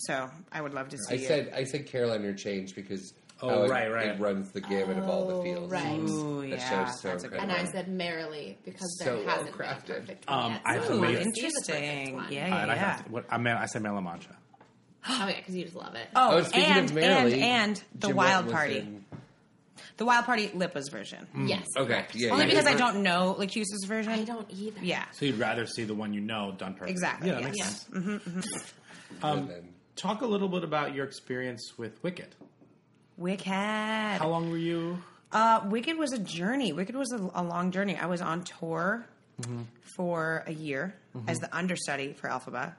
[SPEAKER 5] so I would love to see
[SPEAKER 3] I
[SPEAKER 5] it.
[SPEAKER 3] said I said Carolina Change because
[SPEAKER 2] Oh,
[SPEAKER 3] how it,
[SPEAKER 2] right, right.
[SPEAKER 3] it runs the gamut of all the fields.
[SPEAKER 6] Oh, right.
[SPEAKER 2] Ooh,
[SPEAKER 3] that
[SPEAKER 2] yeah,
[SPEAKER 3] show's so
[SPEAKER 2] that's a good
[SPEAKER 6] And I
[SPEAKER 3] incredible.
[SPEAKER 6] said merrily because
[SPEAKER 3] So
[SPEAKER 6] there hasn't
[SPEAKER 3] well crafted.
[SPEAKER 6] been a perfect one
[SPEAKER 2] Um,
[SPEAKER 6] yet.
[SPEAKER 2] I
[SPEAKER 6] So
[SPEAKER 2] have
[SPEAKER 6] we
[SPEAKER 2] made-
[SPEAKER 6] wanna see the perfect
[SPEAKER 5] Interesting.
[SPEAKER 6] one.
[SPEAKER 5] Yeah,
[SPEAKER 2] I,
[SPEAKER 5] yeah,
[SPEAKER 2] like
[SPEAKER 5] yeah.
[SPEAKER 2] that. What, I, mean, I said Mela Mancha.
[SPEAKER 6] (gasps) Oh yeah, because you just love it.
[SPEAKER 5] Oh,
[SPEAKER 2] Oh, speaking of
[SPEAKER 5] and,
[SPEAKER 2] Merrily,
[SPEAKER 5] and and the
[SPEAKER 2] Jim
[SPEAKER 5] Wild
[SPEAKER 2] Morton was
[SPEAKER 5] Party.
[SPEAKER 2] in-
[SPEAKER 5] The Wild Party Lipa's version.
[SPEAKER 2] Mm. Yes. Okay, yeah,
[SPEAKER 5] Only
[SPEAKER 2] yeah,
[SPEAKER 5] because
[SPEAKER 2] yeah.
[SPEAKER 5] I don't know Lacusa's version. I don't
[SPEAKER 6] either.
[SPEAKER 5] Yeah.
[SPEAKER 2] So you'd rather see the one you know done perfectly.
[SPEAKER 5] Exactly.
[SPEAKER 2] Yeah, that
[SPEAKER 5] yes.
[SPEAKER 2] makes sense.
[SPEAKER 5] Mhm, mhm.
[SPEAKER 2] Um, talk a little bit about your experience with Wicked.
[SPEAKER 5] Wicked.
[SPEAKER 2] How long were you?
[SPEAKER 5] Uh, Wicked was a journey. Wicked was a, a long journey. I was on tour for a year
[SPEAKER 2] Mhm.
[SPEAKER 5] as the understudy for Alphaba,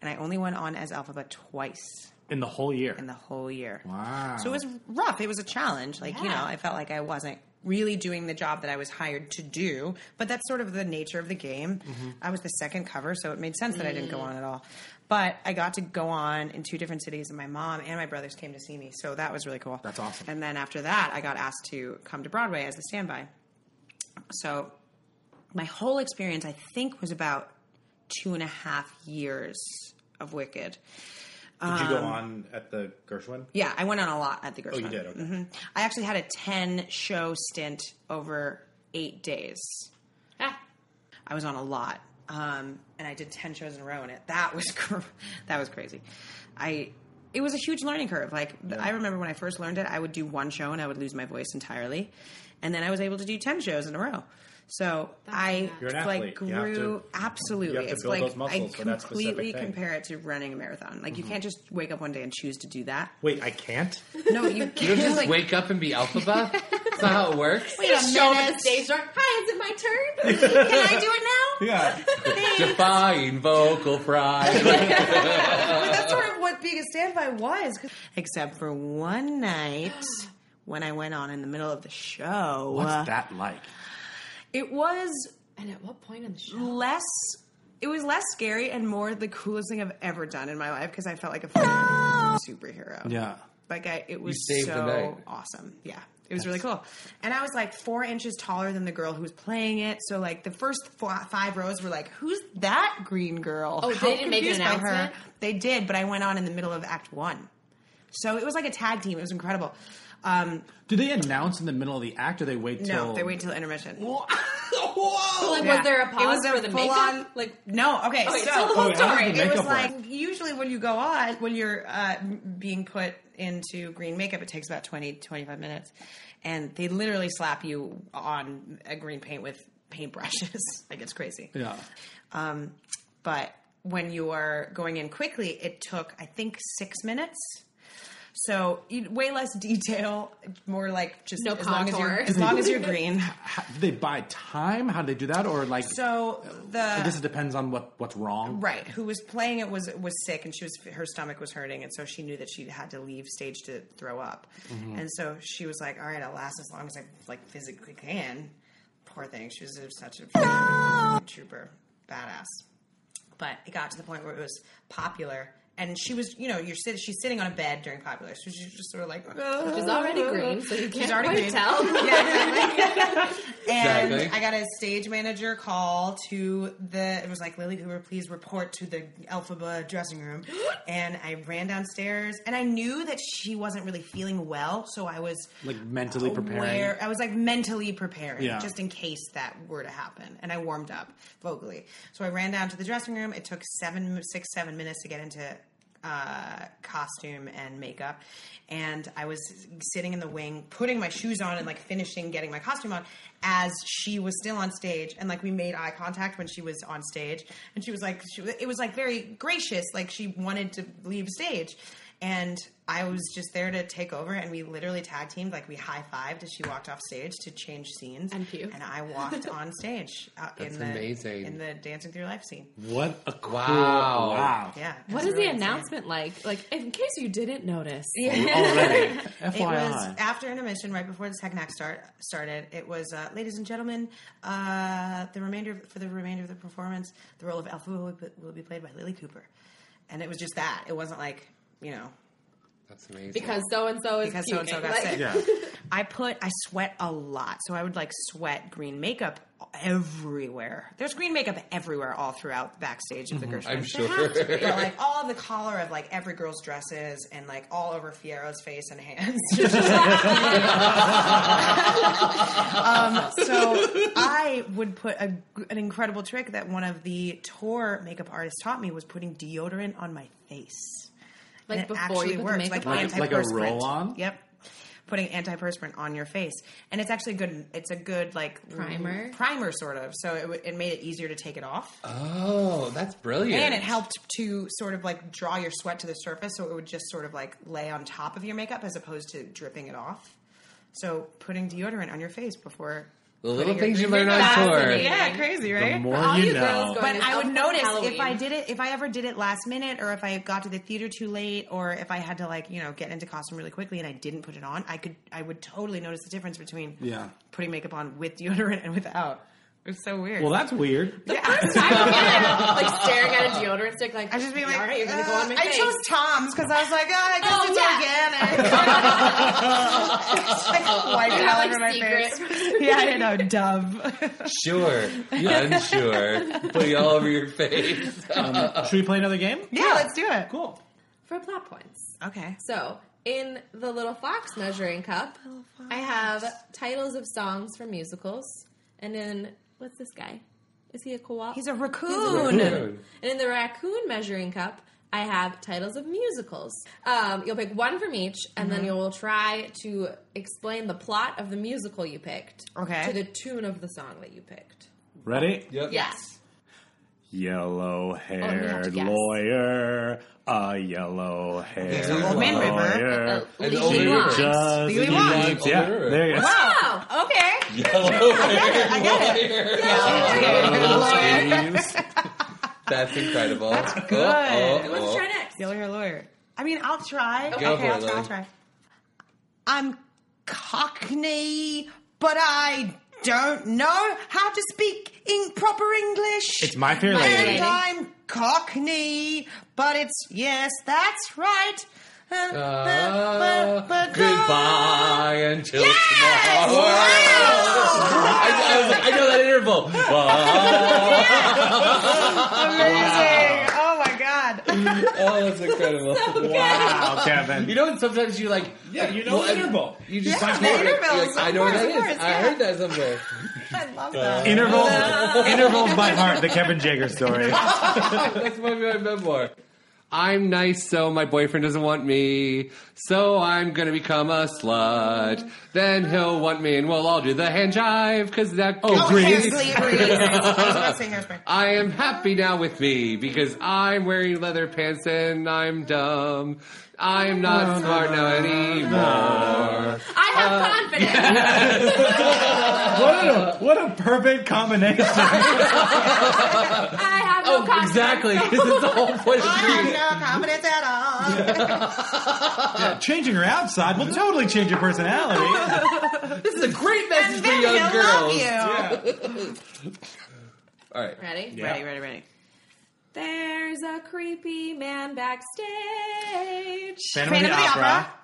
[SPEAKER 5] and I only went on as Alphaba twice
[SPEAKER 2] In the whole year. In
[SPEAKER 5] the whole year.
[SPEAKER 2] Wow.
[SPEAKER 5] So it was rough. It was a challenge. Like, you
[SPEAKER 2] Yeah.
[SPEAKER 5] know, I felt like I wasn't really doing the job that I was hired to do, but that's sort of the nature of the game.
[SPEAKER 2] Mm-hmm.
[SPEAKER 10] Mhm.
[SPEAKER 5] I was the second cover, so it made sense that I didn't go
[SPEAKER 10] Mm.
[SPEAKER 5] on at all. But I got to go on in two different cities, and my mom and my brothers came to see me, so that was really cool. That's
[SPEAKER 2] awesome.
[SPEAKER 5] And then after that, I got asked to come to Broadway as the standby. So my whole experience, I think, was about two and a half years of Wicked.
[SPEAKER 2] Did you go
[SPEAKER 5] Um,
[SPEAKER 2] on at the Gershwin?
[SPEAKER 5] yeah, I went on a lot at the
[SPEAKER 2] Oh,
[SPEAKER 5] Gershwin.
[SPEAKER 2] you did, okay.
[SPEAKER 5] hmm I actually had a ten show stint over eight days. I was on a lot, um, and I did ten shows in a row, and it, that was (laughs) cr- that was crazy. I it was a huge learning curve. Like th- I remember when I first learned it, I would do one show and I would lose my voice entirely, and then I was able to do ten shows in a row. So I
[SPEAKER 2] You're an
[SPEAKER 5] like
[SPEAKER 2] athlete. You have
[SPEAKER 5] grew
[SPEAKER 2] to-
[SPEAKER 5] absolutely.
[SPEAKER 2] you have to
[SPEAKER 5] it's
[SPEAKER 2] build
[SPEAKER 5] like
[SPEAKER 2] those muscles
[SPEAKER 5] I
[SPEAKER 2] for that specific
[SPEAKER 5] completely
[SPEAKER 2] thing.
[SPEAKER 5] compare it to running a marathon. Like you
[SPEAKER 3] Mhm.
[SPEAKER 5] can't just wake up one day and choose to do that.
[SPEAKER 2] Wait, I can't?
[SPEAKER 5] No, (laughs) you
[SPEAKER 3] You don't
[SPEAKER 5] can't.
[SPEAKER 3] just
[SPEAKER 5] like,
[SPEAKER 3] wake up and be Alphaba? That's not how it works. (laughs)
[SPEAKER 6] Wait a minute. Stage door. Hi, is it my turn? Can I do it now?
[SPEAKER 2] (laughs) yeah.
[SPEAKER 3] Defying vocal fry.
[SPEAKER 5] but (laughs) that's sort of what being a standby was. Except for one (gasps) night when I went on in the middle of the show.
[SPEAKER 2] What's that like?
[SPEAKER 5] It was
[SPEAKER 6] (laughs) And at what point in the show?
[SPEAKER 5] less. It was less scary and more the coolest thing I've ever done in my life because I felt like a fucking superhero.
[SPEAKER 2] Yeah.
[SPEAKER 5] Like I, it was
[SPEAKER 3] saved the night.
[SPEAKER 5] so awesome. Yeah. It was really cool. And I was like four inches taller than the girl who was playing it. So like the first four, five rows were like, who's that green girl?
[SPEAKER 6] Oh, they
[SPEAKER 5] How
[SPEAKER 6] didn't make an
[SPEAKER 5] confused by her.
[SPEAKER 6] announcement?
[SPEAKER 5] They did, but I went on in the middle of act one. So it was like a tag team. It was incredible. Um,
[SPEAKER 12] Do they announce in the middle of the act, or they wait till?
[SPEAKER 5] no, they
[SPEAKER 2] (laughs)
[SPEAKER 5] wait till intermission.
[SPEAKER 6] So, like,
[SPEAKER 5] Yeah.
[SPEAKER 6] was there a pause
[SPEAKER 5] It was a
[SPEAKER 6] for the makeup?
[SPEAKER 5] full-on-
[SPEAKER 6] like,
[SPEAKER 5] No, okay.
[SPEAKER 6] Okay,
[SPEAKER 5] so
[SPEAKER 6] tell the whole Oh, yeah, how did the
[SPEAKER 5] It was
[SPEAKER 6] makeup
[SPEAKER 5] like
[SPEAKER 6] work?
[SPEAKER 5] usually when you go on, when you're uh, m- being put into green makeup, it takes about 20, 25 minutes. And they literally slap you on a green paint with paintbrushes. (laughs) like it's crazy.
[SPEAKER 12] Yeah.
[SPEAKER 5] Um, but when you are going in quickly, it took, I think, six minutes. So you- way less detail, more like just
[SPEAKER 6] No
[SPEAKER 5] as long as you're
[SPEAKER 6] contour.
[SPEAKER 5] as long as
[SPEAKER 6] (laughs)
[SPEAKER 5] you're green.
[SPEAKER 12] How, do they buy time? How do they do that? Or like,
[SPEAKER 5] So the
[SPEAKER 12] this depends on what what's wrong.
[SPEAKER 5] Right. Who was playing it was was sick, and she was her stomach was hurting, and so she knew that she had to leave stage to throw up,
[SPEAKER 12] Mhm.
[SPEAKER 5] and so she was like, "All right, I'll last as long as I like physically can." Poor thing. She was such a trooper, badass. But it got to the point where it was popular. And she was, you know, you're sit- she's sitting on a bed during popular, so she's just sort of like,
[SPEAKER 6] Which is
[SPEAKER 5] (laughs)
[SPEAKER 6] already green, so you
[SPEAKER 5] She's
[SPEAKER 6] can't
[SPEAKER 5] already
[SPEAKER 6] quite
[SPEAKER 5] green. (laughs)
[SPEAKER 6] tell.
[SPEAKER 5] Yeah, (laughs) exactly. and
[SPEAKER 6] Exactly.
[SPEAKER 5] I got a stage manager call to the. It was like Lily Cooper, please report to the Alphaba dressing room. And I ran downstairs, and I knew that she wasn't really feeling well, so I was
[SPEAKER 12] Like mentally preparing.
[SPEAKER 5] aware- I was like mentally preparing,
[SPEAKER 12] Yeah.
[SPEAKER 5] just in case that were to happen. And I warmed up vocally, so I ran down to the dressing room. It took seven, six, seven minutes to get into uh, costume and makeup, and I was sitting in the wing, putting my shoes on and like finishing getting my costume on as she was still on stage, and like we made eye contact when she was on stage, and she was like, she, it was like very gracious, like she wanted to leave stage. And I was just there to take over, and we literally tag teamed. Like we high fived as she walked off stage to change scenes, and puke. And
[SPEAKER 6] (laughs)
[SPEAKER 5] I walked on stage uh,
[SPEAKER 3] That's
[SPEAKER 5] in the
[SPEAKER 3] amazing. Mm-hmm.
[SPEAKER 5] in the dancing through life scene.
[SPEAKER 2] What a cool,
[SPEAKER 3] Wow.
[SPEAKER 5] (laughs)
[SPEAKER 2] wow.
[SPEAKER 5] Yeah. it
[SPEAKER 6] What is
[SPEAKER 5] was really
[SPEAKER 6] the
[SPEAKER 5] insane.
[SPEAKER 6] announcement like? Like, in case you didn't notice.
[SPEAKER 5] Yeah. it
[SPEAKER 6] FYI.
[SPEAKER 5] was after intermission, right before the second act start started. It was, uh, ladies and gentlemen, uh, the remainder for the remainder of the performance, the role of Alpha will be, will be played by Lily Cooper, and it was just that. It wasn't like you know
[SPEAKER 3] That's amazing.
[SPEAKER 6] Because so and so is
[SPEAKER 5] because so and so
[SPEAKER 6] puking,
[SPEAKER 5] got
[SPEAKER 6] like-
[SPEAKER 5] sick.
[SPEAKER 6] (laughs)
[SPEAKER 5] (laughs) I put I sweat a lot, so I would like sweat green makeup everywhere. There's green makeup everywhere all throughout backstage of the
[SPEAKER 3] Mhm.
[SPEAKER 5] Gershwin.
[SPEAKER 3] I'm
[SPEAKER 5] There
[SPEAKER 3] sure.
[SPEAKER 5] has to be.
[SPEAKER 3] (laughs)
[SPEAKER 5] like all the collar of like every girl's dresses and like all over Fierro's face and hands.
[SPEAKER 3] (laughs)
[SPEAKER 5] um, so I would put a, an incredible trick that one of the tour makeup artists taught me was putting deodorant on my face.
[SPEAKER 6] Like
[SPEAKER 5] And it
[SPEAKER 6] before you
[SPEAKER 5] actually
[SPEAKER 6] put the
[SPEAKER 5] works, (laughs)
[SPEAKER 6] makeup
[SPEAKER 5] like
[SPEAKER 6] on?
[SPEAKER 5] antiperspirant.
[SPEAKER 6] Like- like a (laughs)
[SPEAKER 12] roll-on?
[SPEAKER 5] Yep. Putting antiperspirant on your face, and it's actually good. It's a good like
[SPEAKER 6] Primer?
[SPEAKER 5] primer sort of. So it, w- it made it easier to take it off,
[SPEAKER 3] Oh, that's brilliant.
[SPEAKER 5] and it helped to sort of like draw your sweat to the surface, so it would just sort of like lay on top of your makeup as opposed to dripping it off. So putting deodorant on your face before
[SPEAKER 3] The little
[SPEAKER 5] putting your
[SPEAKER 3] things you
[SPEAKER 5] green
[SPEAKER 3] learn on
[SPEAKER 5] makeup-
[SPEAKER 3] tour.
[SPEAKER 5] Yeah, crazy, right?
[SPEAKER 3] more For all you you girls know. going
[SPEAKER 5] But
[SPEAKER 3] to
[SPEAKER 5] I would
[SPEAKER 3] Elf
[SPEAKER 5] notice if
[SPEAKER 3] Halloween.
[SPEAKER 5] I did it, if I ever did it last minute, or if I got to the theater too late, or if I had to like you know get into costume really quickly and I didn't put it on, I could I would totally notice the difference between
[SPEAKER 12] Yeah.
[SPEAKER 5] putting makeup on with deodorant and without. It's so weird.
[SPEAKER 12] Well,
[SPEAKER 5] (laughs)
[SPEAKER 12] that's weird.
[SPEAKER 6] like staring at a deodorant stick, like, I just be like, all right, you're gonna go on my
[SPEAKER 5] Uh, I
[SPEAKER 6] face.
[SPEAKER 5] chose (laughs) Tom's because I was like, oh, I guess
[SPEAKER 6] Oh,
[SPEAKER 5] it's organic. It's like
[SPEAKER 6] (laughs)
[SPEAKER 5] (laughs) wiping
[SPEAKER 6] You have,
[SPEAKER 5] all
[SPEAKER 6] like,
[SPEAKER 5] over my
[SPEAKER 6] secret-
[SPEAKER 5] face. yeah, I know, Dove. (laughs)
[SPEAKER 3] Sure. Unsure. Put it all over your face.
[SPEAKER 2] Um, should we play another game?
[SPEAKER 5] Yeah, let's do it.
[SPEAKER 2] Cool.
[SPEAKER 6] (laughs) For plot points.
[SPEAKER 5] Okay.
[SPEAKER 6] So, in the Little Fox measuring cup, I have titles of songs from musicals. And then, what's this guy? Is he a koala?
[SPEAKER 5] He's a
[SPEAKER 6] raccoon.
[SPEAKER 5] raccoon.
[SPEAKER 6] And in the raccoon measuring cup, I have titles of musicals. Um, you'll pick one from each, and then
[SPEAKER 5] Mhm.
[SPEAKER 6] you'll try to explain the plot of the musical you picked
[SPEAKER 2] Okay.
[SPEAKER 6] to the tune of the song that you picked.
[SPEAKER 2] Ready?
[SPEAKER 6] Yes.
[SPEAKER 2] Yellow
[SPEAKER 6] have to
[SPEAKER 2] haired
[SPEAKER 6] guess.
[SPEAKER 2] lawyer, a yellow haired
[SPEAKER 3] An
[SPEAKER 11] Oh,
[SPEAKER 3] old man river.
[SPEAKER 2] lawyer.
[SPEAKER 3] An old
[SPEAKER 2] She
[SPEAKER 3] man river.
[SPEAKER 2] just
[SPEAKER 3] Legally blonde.
[SPEAKER 2] keeps- yeah,
[SPEAKER 3] Older.
[SPEAKER 2] there you go.
[SPEAKER 6] Oh,
[SPEAKER 5] Wow. Okay.
[SPEAKER 11] (laughs) I
[SPEAKER 5] get it.
[SPEAKER 11] Yellow That's incredible. That's
[SPEAKER 5] Good. Let's try next. You'll hear lawyer. I mean, I'll try.
[SPEAKER 11] Go
[SPEAKER 5] okay,
[SPEAKER 11] for
[SPEAKER 5] I'll try.
[SPEAKER 11] it,
[SPEAKER 5] I'll
[SPEAKER 11] Lily.
[SPEAKER 5] try. I'm Cockney, but I don't know how to speak in proper English.
[SPEAKER 2] It's My Fair Lady.
[SPEAKER 5] And I'm Cockney, but it's yes, that's right. Uh, uh, but- but-
[SPEAKER 11] Goodbye until tomorrow.
[SPEAKER 5] Wow.
[SPEAKER 11] I, I was like, I know that
[SPEAKER 5] (laughs)
[SPEAKER 11] interval.
[SPEAKER 5] Amazing! Oh my god!
[SPEAKER 11] Oh, that's incredible.
[SPEAKER 2] Wow, Kevin.
[SPEAKER 11] You know, and sometimes you like.
[SPEAKER 2] Yeah, you know
[SPEAKER 11] I-
[SPEAKER 2] interval.
[SPEAKER 11] You just
[SPEAKER 5] Yeah,
[SPEAKER 11] know it.
[SPEAKER 5] the
[SPEAKER 11] You're like,
[SPEAKER 5] intervals,
[SPEAKER 11] I
[SPEAKER 5] of
[SPEAKER 11] know what
[SPEAKER 5] course,
[SPEAKER 11] that
[SPEAKER 5] of
[SPEAKER 11] is.
[SPEAKER 5] course,
[SPEAKER 11] I
[SPEAKER 5] yeah.
[SPEAKER 11] heard that Uh, somewhere.
[SPEAKER 5] I love that.
[SPEAKER 2] Intervals, intervals by heart. The Kevin Jager (laughs) story.
[SPEAKER 11] That's my, my memoir. I'm nice, so my boyfriend doesn't want me. So I'm gonna become a slut. Then he'll want me, and we'll all do the hand jive, cause that.
[SPEAKER 5] Oh, Hairspray, (laughs) Grease. I was about to say hairspray.
[SPEAKER 11] I am happy now with me because I'm wearing leather pants and I'm dumb. I'm not smart now anymore. Uh,
[SPEAKER 3] I have confidence.
[SPEAKER 11] (laughs)
[SPEAKER 2] What a what a perfect combination.
[SPEAKER 3] I have
[SPEAKER 11] Oh,
[SPEAKER 3] no confidence.
[SPEAKER 11] exactly. This is the whole point of
[SPEAKER 5] I
[SPEAKER 11] the
[SPEAKER 5] have no confidence at all.
[SPEAKER 2] Yeah, changing her outside will totally change your (laughs) personality.
[SPEAKER 11] This is a
[SPEAKER 6] (laughs)
[SPEAKER 11] great message
[SPEAKER 5] And
[SPEAKER 11] for
[SPEAKER 5] then
[SPEAKER 11] young
[SPEAKER 5] he'll love
[SPEAKER 11] girls.
[SPEAKER 5] you.
[SPEAKER 11] All right.
[SPEAKER 3] Ready?
[SPEAKER 2] Yeah.
[SPEAKER 5] Ready, ready, ready.
[SPEAKER 3] There's a creepy man backstage.
[SPEAKER 2] Phantom, of the, Opera. Ah,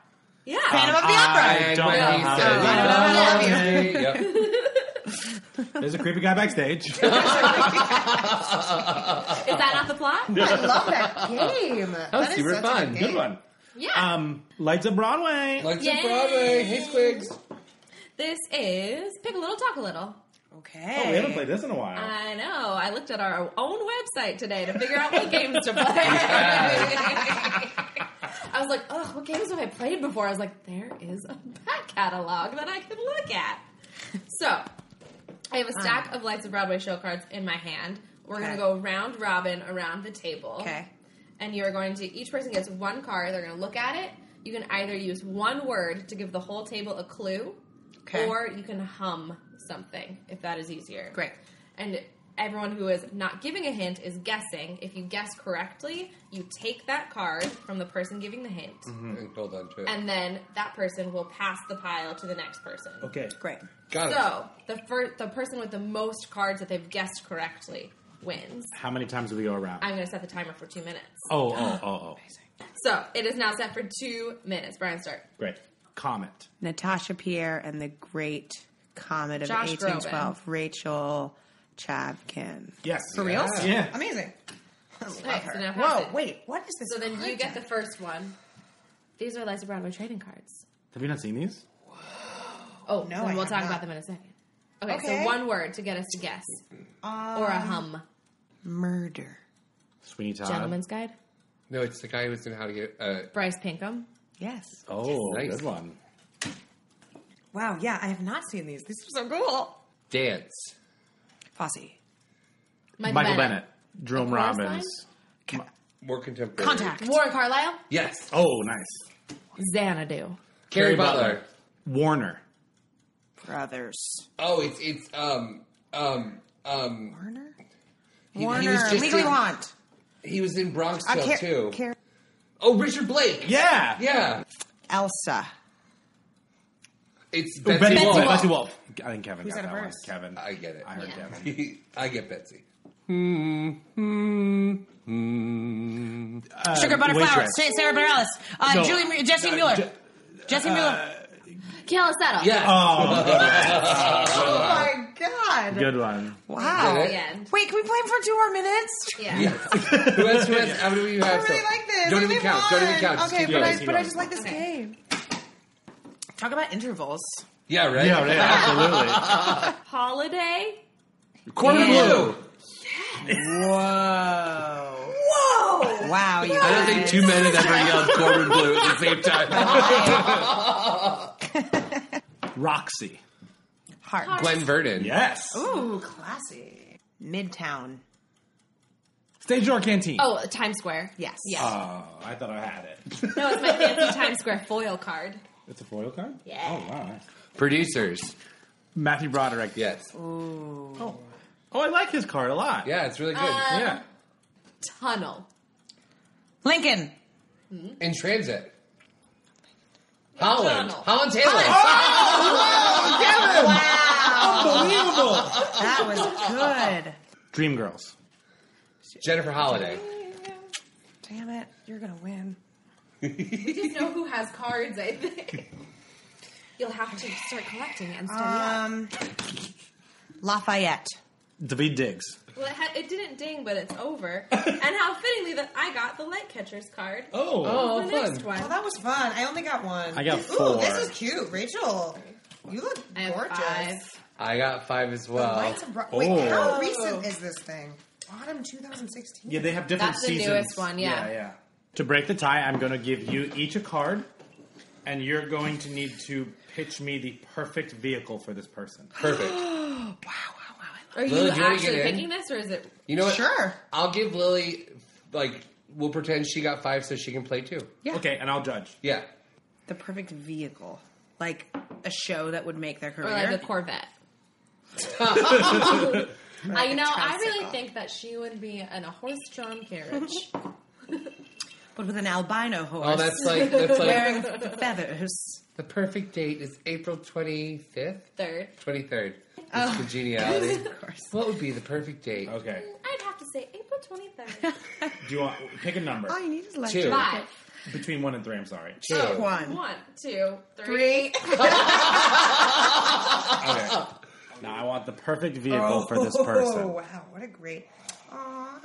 [SPEAKER 3] Yeah.
[SPEAKER 5] Phantom of the Opera.
[SPEAKER 2] I
[SPEAKER 11] And
[SPEAKER 2] don't
[SPEAKER 11] when
[SPEAKER 2] know
[SPEAKER 11] he
[SPEAKER 2] how
[SPEAKER 11] said
[SPEAKER 2] to-
[SPEAKER 11] he
[SPEAKER 2] I
[SPEAKER 11] loved
[SPEAKER 5] don't know
[SPEAKER 11] me- Yep.
[SPEAKER 2] There's a creepy guy (laughs) backstage.
[SPEAKER 3] Is that not the plot?
[SPEAKER 5] I love that game. That
[SPEAKER 11] was
[SPEAKER 5] is
[SPEAKER 11] super
[SPEAKER 5] such a
[SPEAKER 11] fun.
[SPEAKER 5] Good
[SPEAKER 11] Good
[SPEAKER 5] game.
[SPEAKER 2] Good one.
[SPEAKER 3] Yeah.
[SPEAKER 2] Um, Lights of Broadway.
[SPEAKER 11] Lights
[SPEAKER 3] Yay.
[SPEAKER 11] of Uh, Broadway. Hey, Squigs.
[SPEAKER 3] This is Pick a Little, Talk a Little.
[SPEAKER 5] Okay.
[SPEAKER 2] Oh, we haven't played this in a while.
[SPEAKER 3] I know. I looked at our own website today to figure out what games
[SPEAKER 5] (laughs)
[SPEAKER 3] to play. I was like, ugh, what games have I played before? I was like, there is a back catalog that I can look at. So, I have a stack of Lights of Broadway show cards in my hand. We're going
[SPEAKER 5] Okay.
[SPEAKER 3] to go round robin around the table.
[SPEAKER 5] Okay.
[SPEAKER 3] And you're going to, each person gets one card. They're going to look at it. You can either use one word to give the whole table a clue,
[SPEAKER 5] Okay.
[SPEAKER 3] or you can hum something if that is easier.
[SPEAKER 5] Great.
[SPEAKER 3] And everyone who is not giving a hint is guessing. If you guess correctly, you take that card from the person giving the hint,
[SPEAKER 11] And hold on to it.
[SPEAKER 3] and then that person will pass the pile to the next person.
[SPEAKER 2] Okay.
[SPEAKER 5] Great.
[SPEAKER 11] Oh, Got it.
[SPEAKER 3] So the fir- the person with the most cards that they've guessed correctly wins.
[SPEAKER 2] How many times do we go around?
[SPEAKER 3] I'm going to set the timer for two minutes.
[SPEAKER 2] oh, (gasps) oh, oh, oh.
[SPEAKER 3] So it is now set for two minutes. Brian, start.
[SPEAKER 2] Great. Comet.
[SPEAKER 5] Natasha Pierre and the Great Comet of
[SPEAKER 3] Josh
[SPEAKER 5] 1812. Rachel Chavkin.
[SPEAKER 2] Yes.
[SPEAKER 5] For real?
[SPEAKER 2] Yeah.
[SPEAKER 5] Amazing. I love
[SPEAKER 3] Okay, so
[SPEAKER 5] her.
[SPEAKER 3] now pass
[SPEAKER 5] Whoa,
[SPEAKER 3] it.
[SPEAKER 5] wait. What is this?
[SPEAKER 3] So then you
[SPEAKER 5] card
[SPEAKER 3] get the
[SPEAKER 5] deck?
[SPEAKER 3] first one. These are Liza Broadway trading cards.
[SPEAKER 2] Have you not seen these?
[SPEAKER 3] Oh
[SPEAKER 5] No,
[SPEAKER 3] no!
[SPEAKER 5] I
[SPEAKER 3] we'll
[SPEAKER 5] have
[SPEAKER 3] talk
[SPEAKER 5] not.
[SPEAKER 3] about them in a second. Okay, Um,
[SPEAKER 5] Okay.
[SPEAKER 3] so one word to get us to guess, or a hum.
[SPEAKER 5] murder.
[SPEAKER 2] Sweeney Todd.
[SPEAKER 3] Gentleman's Guide.
[SPEAKER 11] Uh, No, it's the guy who was in How to Get. Uh,
[SPEAKER 3] Bryce Pinkham.
[SPEAKER 5] Yes.
[SPEAKER 2] Oh,
[SPEAKER 11] Nice.
[SPEAKER 2] good one.
[SPEAKER 5] Wow, yeah, I have not seen these. These are so cool.
[SPEAKER 11] dance.
[SPEAKER 5] Fosse.
[SPEAKER 2] Michael Bennett. Jerome
[SPEAKER 3] The chorus
[SPEAKER 2] Robbins.
[SPEAKER 11] More contemporary.
[SPEAKER 5] Contact.
[SPEAKER 3] Warren Carlisle.
[SPEAKER 11] Yes.
[SPEAKER 2] Oh, nice.
[SPEAKER 3] Xanadu.
[SPEAKER 11] Carrie
[SPEAKER 2] Carrie
[SPEAKER 11] Butler.
[SPEAKER 2] Butler. Warner.
[SPEAKER 5] Brothers.
[SPEAKER 11] Oh, it's it's um um um.
[SPEAKER 5] Warner?
[SPEAKER 11] He, he
[SPEAKER 5] Warner.
[SPEAKER 11] was just
[SPEAKER 5] Legally
[SPEAKER 11] in,
[SPEAKER 5] Want.
[SPEAKER 11] He was in Bronx
[SPEAKER 5] I
[SPEAKER 11] Tale
[SPEAKER 5] can't.
[SPEAKER 11] too.
[SPEAKER 5] Care-
[SPEAKER 11] oh, Richard Blake.
[SPEAKER 2] Yeah.
[SPEAKER 11] Yeah.
[SPEAKER 5] Elsa.
[SPEAKER 11] It's
[SPEAKER 2] Oh,
[SPEAKER 11] Betsy,
[SPEAKER 2] Betty, Wolf.
[SPEAKER 11] Wolf.
[SPEAKER 2] Betty Wolf. I think Kevin
[SPEAKER 5] Who
[SPEAKER 2] got
[SPEAKER 5] said it
[SPEAKER 2] that one.
[SPEAKER 5] first?
[SPEAKER 2] Kevin.
[SPEAKER 11] I get it.
[SPEAKER 2] I heard
[SPEAKER 3] Yeah.
[SPEAKER 2] Kevin.
[SPEAKER 11] I get Betsy. Hmm. Hmm. Hmm.
[SPEAKER 5] Sugar
[SPEAKER 7] Um,
[SPEAKER 5] Butter
[SPEAKER 2] Waitress.
[SPEAKER 5] Flowers. Sa- Sarah Bareilles. Uh,
[SPEAKER 2] No.
[SPEAKER 5] Julie, Mu- Jesse Mueller. Jesse Mueller.
[SPEAKER 3] Uh, Kayla Settle.
[SPEAKER 11] Yes.
[SPEAKER 5] Oh my god.
[SPEAKER 11] (laughs)
[SPEAKER 2] Good one.
[SPEAKER 5] Wow.
[SPEAKER 11] Did it?
[SPEAKER 3] Yeah.
[SPEAKER 5] Wait, can we play him for two more
[SPEAKER 11] (laughs)
[SPEAKER 5] minutes?
[SPEAKER 3] Yeah.
[SPEAKER 11] Yes. who else? Who else? How many do you
[SPEAKER 5] I
[SPEAKER 11] have?
[SPEAKER 5] really
[SPEAKER 11] So-
[SPEAKER 5] like this.
[SPEAKER 11] Don't
[SPEAKER 5] Leave
[SPEAKER 11] even
[SPEAKER 5] it
[SPEAKER 11] count. Don't even
[SPEAKER 5] on.
[SPEAKER 11] count. Just
[SPEAKER 5] Okay,
[SPEAKER 11] keep
[SPEAKER 5] but,
[SPEAKER 11] going.
[SPEAKER 5] I, but I just like this
[SPEAKER 3] Okay.
[SPEAKER 5] game. Talk about intervals.
[SPEAKER 11] Yeah. Right.
[SPEAKER 2] Yeah, right, absolutely.
[SPEAKER 3] Holiday.
[SPEAKER 11] Corbin Blue.
[SPEAKER 5] Whoa. Whoa. Oh. Wow, you
[SPEAKER 11] I don't think
[SPEAKER 5] guys.
[SPEAKER 11] two men have ever yelled Corbin Blue at the same time.
[SPEAKER 2] Roxy.
[SPEAKER 5] Heart.
[SPEAKER 11] Glenn Verdon.
[SPEAKER 2] Yes.
[SPEAKER 5] Ooh, classy. Midtown.
[SPEAKER 2] Stage door canteen.
[SPEAKER 3] Oh, Times Square.
[SPEAKER 5] Yes.
[SPEAKER 3] Yes.
[SPEAKER 2] Oh, I thought I had it.
[SPEAKER 11] (laughs)
[SPEAKER 3] no, it's my fancy Times Square foil card.
[SPEAKER 2] it's a foil card?
[SPEAKER 3] Yeah.
[SPEAKER 2] Oh, wow.
[SPEAKER 11] Producers.
[SPEAKER 2] Matthew Broderick.
[SPEAKER 7] Yes.
[SPEAKER 2] Oh. oh, I like his card a lot.
[SPEAKER 7] Yeah, it's really good.
[SPEAKER 3] Um,
[SPEAKER 2] yeah.
[SPEAKER 3] Tunnel.
[SPEAKER 5] Lincoln.
[SPEAKER 7] In transit. Holland.
[SPEAKER 3] Tunnel.
[SPEAKER 7] Holland Taylor. Ah!
[SPEAKER 2] Unbelievable.
[SPEAKER 5] That (laughs) was good.
[SPEAKER 2] Dreamgirls.
[SPEAKER 7] Jennifer Holiday.
[SPEAKER 5] Damn it, you're gonna win.
[SPEAKER 3] We just know who has cards, I think. You'll have to start collecting and study up.
[SPEAKER 5] Um, Lafayette.
[SPEAKER 2] David Diggs.
[SPEAKER 3] Well, it, ha- it didn't ding, but it's
[SPEAKER 7] (laughs)
[SPEAKER 3] over. and how fittingly that I got the light catcher's card.
[SPEAKER 2] Oh.
[SPEAKER 3] oh,
[SPEAKER 2] Oh,
[SPEAKER 3] the
[SPEAKER 2] fun.
[SPEAKER 3] next one.
[SPEAKER 5] Oh, that was fun. I only got one.
[SPEAKER 2] I got
[SPEAKER 5] Ooh, this
[SPEAKER 2] four.
[SPEAKER 5] is cute, Rachel. You look
[SPEAKER 3] have
[SPEAKER 5] gorgeous.
[SPEAKER 3] five.
[SPEAKER 7] I got five as
[SPEAKER 5] The
[SPEAKER 7] well.
[SPEAKER 5] lights are bright. Wait,
[SPEAKER 2] Oh.
[SPEAKER 5] how recent is this thing? Autumn 2016.
[SPEAKER 2] Yeah, they have different
[SPEAKER 3] That's the
[SPEAKER 2] seasons.
[SPEAKER 3] newest one, yeah.
[SPEAKER 2] yeah, yeah. To break the tie, I'm going to give you each a card, and you're going to need to pitch me the perfect vehicle for this person.
[SPEAKER 7] Perfect.
[SPEAKER 3] Are you
[SPEAKER 7] Lily, do you wanna
[SPEAKER 3] actually
[SPEAKER 7] get in?
[SPEAKER 3] picking this, or is it?
[SPEAKER 7] You know what?
[SPEAKER 5] Sure.
[SPEAKER 7] I'll give Lily, like, we'll pretend she got five so she can play two.
[SPEAKER 5] Yeah.
[SPEAKER 2] Okay, and I'll judge.
[SPEAKER 7] Yeah.
[SPEAKER 5] The perfect vehicle. Like a show that would make their career.
[SPEAKER 3] Or like
[SPEAKER 7] (laughs)
[SPEAKER 3] a Corvette. I you know, I really think that she would be in a horse-drawn carriage.
[SPEAKER 5] but with an albino horse.
[SPEAKER 7] Oh, that's like,
[SPEAKER 3] (laughs)
[SPEAKER 5] (laughs)
[SPEAKER 7] that's
[SPEAKER 5] wearing
[SPEAKER 7] like,
[SPEAKER 5] feathers.
[SPEAKER 7] the perfect date is April 25th?
[SPEAKER 3] Third,
[SPEAKER 7] 23rd.
[SPEAKER 5] (laughs)
[SPEAKER 7] It's congeniality.
[SPEAKER 5] Oh. Of course.
[SPEAKER 7] What would be the perfect date?
[SPEAKER 2] Okay.
[SPEAKER 3] I'd have to say April twenty third.
[SPEAKER 2] Do you want pick a number
[SPEAKER 5] All Oh, you need is like
[SPEAKER 7] Two.
[SPEAKER 3] Five,
[SPEAKER 2] between one and three? I'm sorry.
[SPEAKER 7] Two.
[SPEAKER 5] Oh, one.
[SPEAKER 3] one, two,
[SPEAKER 5] (laughs)
[SPEAKER 3] three.
[SPEAKER 5] Three.
[SPEAKER 2] Okay. now I want the perfect vehicle for this
[SPEAKER 5] Oh,
[SPEAKER 2] person,
[SPEAKER 5] wow. What a great. Aw,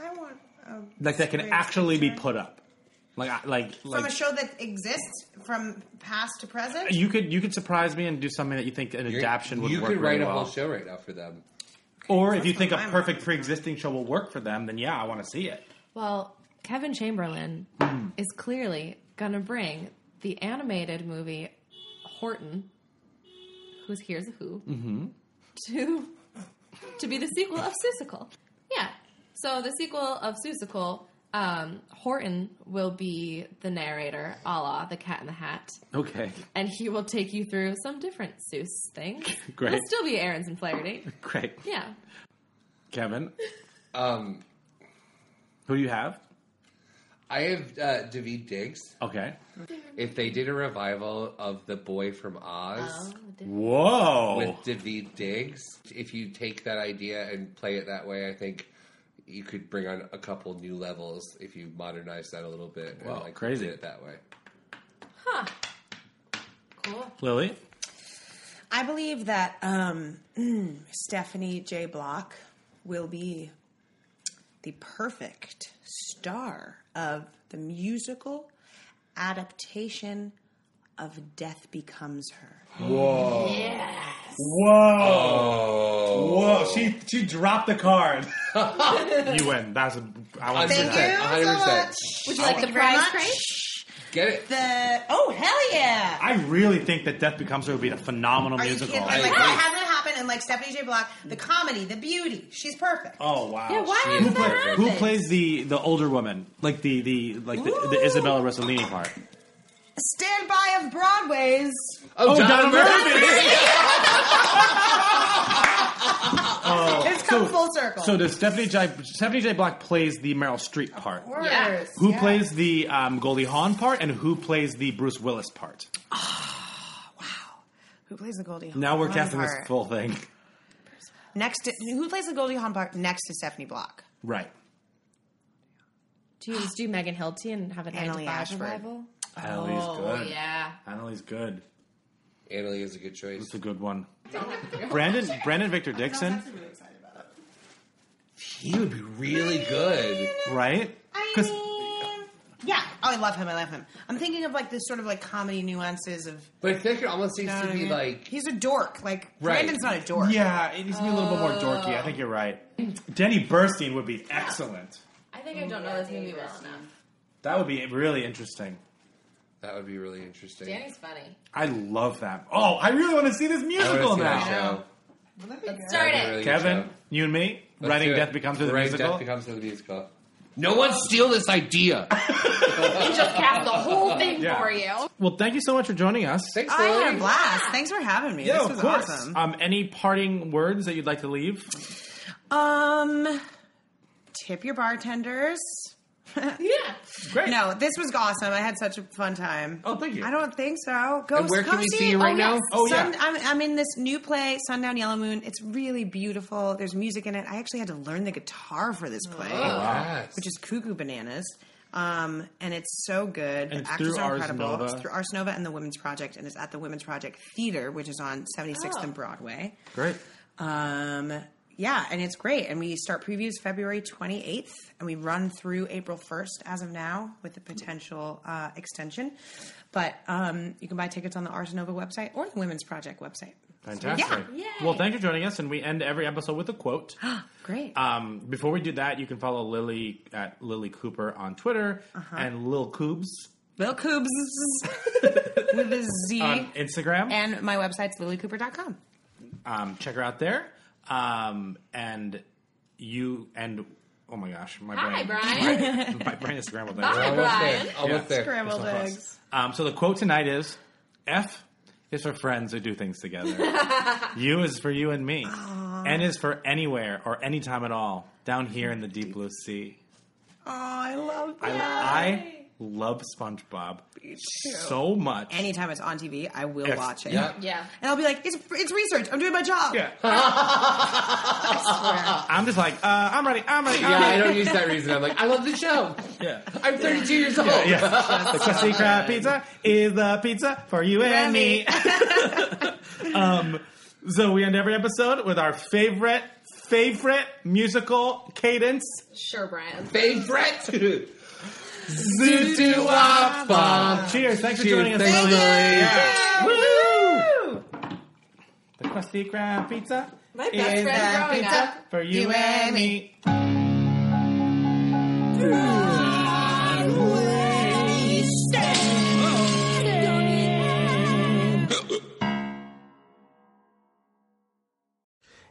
[SPEAKER 5] I want a.
[SPEAKER 2] like that can
[SPEAKER 5] great
[SPEAKER 2] actually be
[SPEAKER 5] picture.
[SPEAKER 2] put up, like I- like
[SPEAKER 5] From
[SPEAKER 2] like.
[SPEAKER 5] a show that exists from past to present?
[SPEAKER 2] you could you could surprise me and do something that you think an adaptation would
[SPEAKER 7] you
[SPEAKER 2] work
[SPEAKER 7] could write
[SPEAKER 2] really
[SPEAKER 7] a whole
[SPEAKER 2] well.
[SPEAKER 7] show right now for them.
[SPEAKER 2] Or if you think a
[SPEAKER 5] I'm-
[SPEAKER 2] perfect pre-existing show will work for them, then yeah, I want to see it.
[SPEAKER 3] Well, Kevin Chamberlain is clearly gonna bring the animated movie Horton, who's here's a who, to to be the sequel of Seussical. Yeah. So the sequel of Seussical, um, Horton will be the narrator, a la the Cat in the Hat,
[SPEAKER 7] (laughs)
[SPEAKER 2] Okay.
[SPEAKER 3] and he will take you through some different Seuss things.
[SPEAKER 2] Great.
[SPEAKER 3] It'll still be Aaron's and Flaherty.
[SPEAKER 2] Great.
[SPEAKER 3] Yeah.
[SPEAKER 2] Kevin,
[SPEAKER 7] Um,
[SPEAKER 2] who do you have?
[SPEAKER 7] I have uh, David Diggs.
[SPEAKER 2] Okay.
[SPEAKER 7] If they did a revival of The Boy from Oz
[SPEAKER 3] Um,
[SPEAKER 2] Whoa.
[SPEAKER 7] with David Diggs, if you take that idea and play it that way, I think you could bring on a couple new levels if you modernize that a little bit.
[SPEAKER 2] Wow,
[SPEAKER 7] and, like,
[SPEAKER 2] crazy.
[SPEAKER 7] did it that way.
[SPEAKER 3] Cool.
[SPEAKER 2] Lily?
[SPEAKER 5] I believe that um, (clears throat) Stephanie J. Block will be the perfect star of the musical adaptation of Death Becomes Her.
[SPEAKER 2] Whoa. Whoa. She she dropped the card. (laughs) you win. That's a, I want to see
[SPEAKER 5] Thank
[SPEAKER 7] Thank
[SPEAKER 2] that.
[SPEAKER 5] you so
[SPEAKER 7] 100%.
[SPEAKER 5] much.
[SPEAKER 3] Would you like
[SPEAKER 5] Thank
[SPEAKER 3] the
[SPEAKER 5] you very
[SPEAKER 3] prize
[SPEAKER 5] much.
[SPEAKER 3] crate?
[SPEAKER 7] Get it?
[SPEAKER 5] The oh hell yeah!
[SPEAKER 2] I really think that Death Becomes Her would be a phenomenal
[SPEAKER 5] Are you
[SPEAKER 2] musical.
[SPEAKER 5] kidding? And,
[SPEAKER 7] I
[SPEAKER 5] Like
[SPEAKER 7] agree.
[SPEAKER 5] that hasn't happened. And like Stephanie J. Block, the comedy, the beauty, she's perfect.
[SPEAKER 2] Oh wow!
[SPEAKER 3] Yeah, why
[SPEAKER 2] She-
[SPEAKER 3] hasn't
[SPEAKER 2] who,
[SPEAKER 3] that
[SPEAKER 2] who
[SPEAKER 3] happened?
[SPEAKER 2] plays the the older woman, like the the like the, the
[SPEAKER 5] Ooh.
[SPEAKER 2] Isabella Rossellini part?
[SPEAKER 5] Standby of Broadway's.
[SPEAKER 2] Oh, Donna Murphy!
[SPEAKER 5] it's come full circle.
[SPEAKER 2] Oh. So does Stephanie J. Stephanie J. Block plays the Meryl Streep part?
[SPEAKER 5] Words,
[SPEAKER 3] Yeah.
[SPEAKER 2] Who
[SPEAKER 5] yeah.
[SPEAKER 2] plays the um, Goldie Hawn part and who plays the Bruce Willis part?
[SPEAKER 5] Who plays the Goldie? Hawn?
[SPEAKER 2] Now we're
[SPEAKER 5] Hawn
[SPEAKER 2] casting this
[SPEAKER 5] part?
[SPEAKER 2] full thing.
[SPEAKER 5] Next, to, who plays the Goldie Hawn part next to Stephanie Block?
[SPEAKER 2] Right.
[SPEAKER 3] Do you just do Megan Hilty and have an
[SPEAKER 5] Annalee Ashford.
[SPEAKER 3] revival?
[SPEAKER 2] Annalie's good.
[SPEAKER 3] Oh, yeah.
[SPEAKER 2] Annalie's good.
[SPEAKER 7] Annalie is a good choice.
[SPEAKER 2] It's a good one. Brandon Brandon Victor Dixon,
[SPEAKER 7] He would be really good.
[SPEAKER 2] right? Because
[SPEAKER 5] Yeah. Oh, I love him. I love him. I'm thinking of like this sort of like comedy nuances of.
[SPEAKER 7] But I think it almost seems to be like
[SPEAKER 5] He's a dork. Like
[SPEAKER 7] Right.
[SPEAKER 5] Brandon's not a dork.
[SPEAKER 2] yeah, it needs to be a little bit more dorky. I think you're right. Denny Burstein would be excellent.
[SPEAKER 3] I think I don't know this movie well enough.
[SPEAKER 2] That would be really interesting.
[SPEAKER 7] that would be really interesting.
[SPEAKER 3] Danny's funny.
[SPEAKER 2] I love that. Oh, I really want to see this
[SPEAKER 7] I wanna
[SPEAKER 2] musical
[SPEAKER 7] see that
[SPEAKER 2] now.
[SPEAKER 7] show.
[SPEAKER 3] Let's
[SPEAKER 7] That'd
[SPEAKER 3] start
[SPEAKER 7] be
[SPEAKER 3] it.
[SPEAKER 7] really good
[SPEAKER 2] Kevin,
[SPEAKER 7] show.
[SPEAKER 2] you and me,
[SPEAKER 7] Let's
[SPEAKER 2] writing
[SPEAKER 7] do it.
[SPEAKER 2] Death Becomes Her the
[SPEAKER 7] Writing
[SPEAKER 2] musical.
[SPEAKER 7] Death becomes the musical.
[SPEAKER 3] No one steal this idea.
[SPEAKER 4] You just capped the
[SPEAKER 2] (laughs)
[SPEAKER 4] whole thing
[SPEAKER 2] Yeah.
[SPEAKER 4] for you.
[SPEAKER 2] Well, thank you so much for joining us.
[SPEAKER 3] Thanks,
[SPEAKER 5] I had a blast. Thanks for having me.
[SPEAKER 2] Yeah,
[SPEAKER 5] this
[SPEAKER 2] of
[SPEAKER 5] was
[SPEAKER 2] course.
[SPEAKER 5] awesome.
[SPEAKER 2] Um, any parting words that you'd like to leave?
[SPEAKER 5] Um, tip your bartenders. yeah,
[SPEAKER 2] great.
[SPEAKER 5] No, this was awesome. I had such a fun time.
[SPEAKER 2] Oh, thank you.
[SPEAKER 5] I don't think so. Go.
[SPEAKER 3] And where
[SPEAKER 5] come
[SPEAKER 3] can we see you right
[SPEAKER 5] oh,
[SPEAKER 3] now?
[SPEAKER 5] Yes.
[SPEAKER 3] Oh,
[SPEAKER 5] Sun-
[SPEAKER 3] yeah.
[SPEAKER 5] I'm, I'm in this new play, Sundown Yellow Moon. It's really beautiful. There's music in it. I actually had to learn the guitar for this play,
[SPEAKER 2] Oh,
[SPEAKER 3] wow.
[SPEAKER 5] which is Cuckoo Bananas. Um, and it's so good.
[SPEAKER 2] And it's
[SPEAKER 5] the actors
[SPEAKER 2] through
[SPEAKER 5] are
[SPEAKER 2] Ars
[SPEAKER 5] incredible.
[SPEAKER 2] Nova.
[SPEAKER 5] It's through Ars Nova and the Women's Project, and it's at the Women's Project Theater, which is on 76th
[SPEAKER 3] Oh.
[SPEAKER 5] and Broadway.
[SPEAKER 2] Great.
[SPEAKER 5] Um, yeah, and it's great. And we start previews February 28th, and we run through April 1st as of now with the potential uh, extension. But um, you can buy tickets on the Ars Nova website or the Women's Project website.
[SPEAKER 2] Fantastic.
[SPEAKER 5] Yeah.
[SPEAKER 2] Well, thanks for joining us, and we end every episode with
[SPEAKER 4] (gasps)
[SPEAKER 2] a quote.
[SPEAKER 5] Great.
[SPEAKER 2] Um, before we do that, you can follow Lily at Lily Cooper on Twitter
[SPEAKER 4] Uh-huh.
[SPEAKER 2] and Lil Coobs
[SPEAKER 5] Bill
[SPEAKER 2] (laughs)
[SPEAKER 5] Coobs with a Z.
[SPEAKER 2] on Instagram.
[SPEAKER 5] and my website's lilycooper.com.
[SPEAKER 2] um, check her out there. Um, and you and oh my gosh, my
[SPEAKER 4] Hi,
[SPEAKER 2] brain,
[SPEAKER 4] Brian.
[SPEAKER 2] my, my brain is scrambled.
[SPEAKER 4] Bye,
[SPEAKER 2] Almost
[SPEAKER 4] Brian.
[SPEAKER 2] there.
[SPEAKER 3] Almost there.
[SPEAKER 5] Scrambled
[SPEAKER 2] It's not close.
[SPEAKER 5] eggs.
[SPEAKER 2] Um, so the quote tonight is F is for friends who do things
[SPEAKER 4] (laughs)
[SPEAKER 2] together. U is for you and me. N is for anywhere or anytime at all. Down here in the deep blue sea.
[SPEAKER 5] Oh, I love
[SPEAKER 2] I, I love SpongeBob so much.
[SPEAKER 5] Anytime it's on TV, I will
[SPEAKER 2] Yes.
[SPEAKER 5] watch it.
[SPEAKER 2] Yeah.
[SPEAKER 4] Yeah.
[SPEAKER 5] And I'll be like, it's, it's research. I'm doing my job.
[SPEAKER 2] Yeah.
[SPEAKER 5] I
[SPEAKER 2] I'm just like, uh, I'm ready, I'm ready, I'm
[SPEAKER 3] Yeah, I
[SPEAKER 2] ready.
[SPEAKER 3] don't use that reason. I'm like, I love the show.
[SPEAKER 2] Yeah.
[SPEAKER 3] I'm 32 years old.
[SPEAKER 2] Yeah. the crusty crab pizza is the pizza for you and me. (laughs)
[SPEAKER 4] (laughs)
[SPEAKER 2] um, so we end every episode with our favorite, favorite musical cadence.
[SPEAKER 4] Sure, Brian.
[SPEAKER 3] Favorite. Zootwapa.
[SPEAKER 2] Cheers! Thanks for
[SPEAKER 3] Uh, Cheers,
[SPEAKER 2] joining us,
[SPEAKER 3] thank
[SPEAKER 2] Lily.
[SPEAKER 3] you.
[SPEAKER 2] Yeah. Woo! The crusty crab pizza.
[SPEAKER 4] My best
[SPEAKER 2] is
[SPEAKER 4] friend
[SPEAKER 2] the
[SPEAKER 4] growing
[SPEAKER 2] pizza
[SPEAKER 4] up.
[SPEAKER 2] for you,
[SPEAKER 5] You
[SPEAKER 2] and
[SPEAKER 5] and
[SPEAKER 2] me. Oh.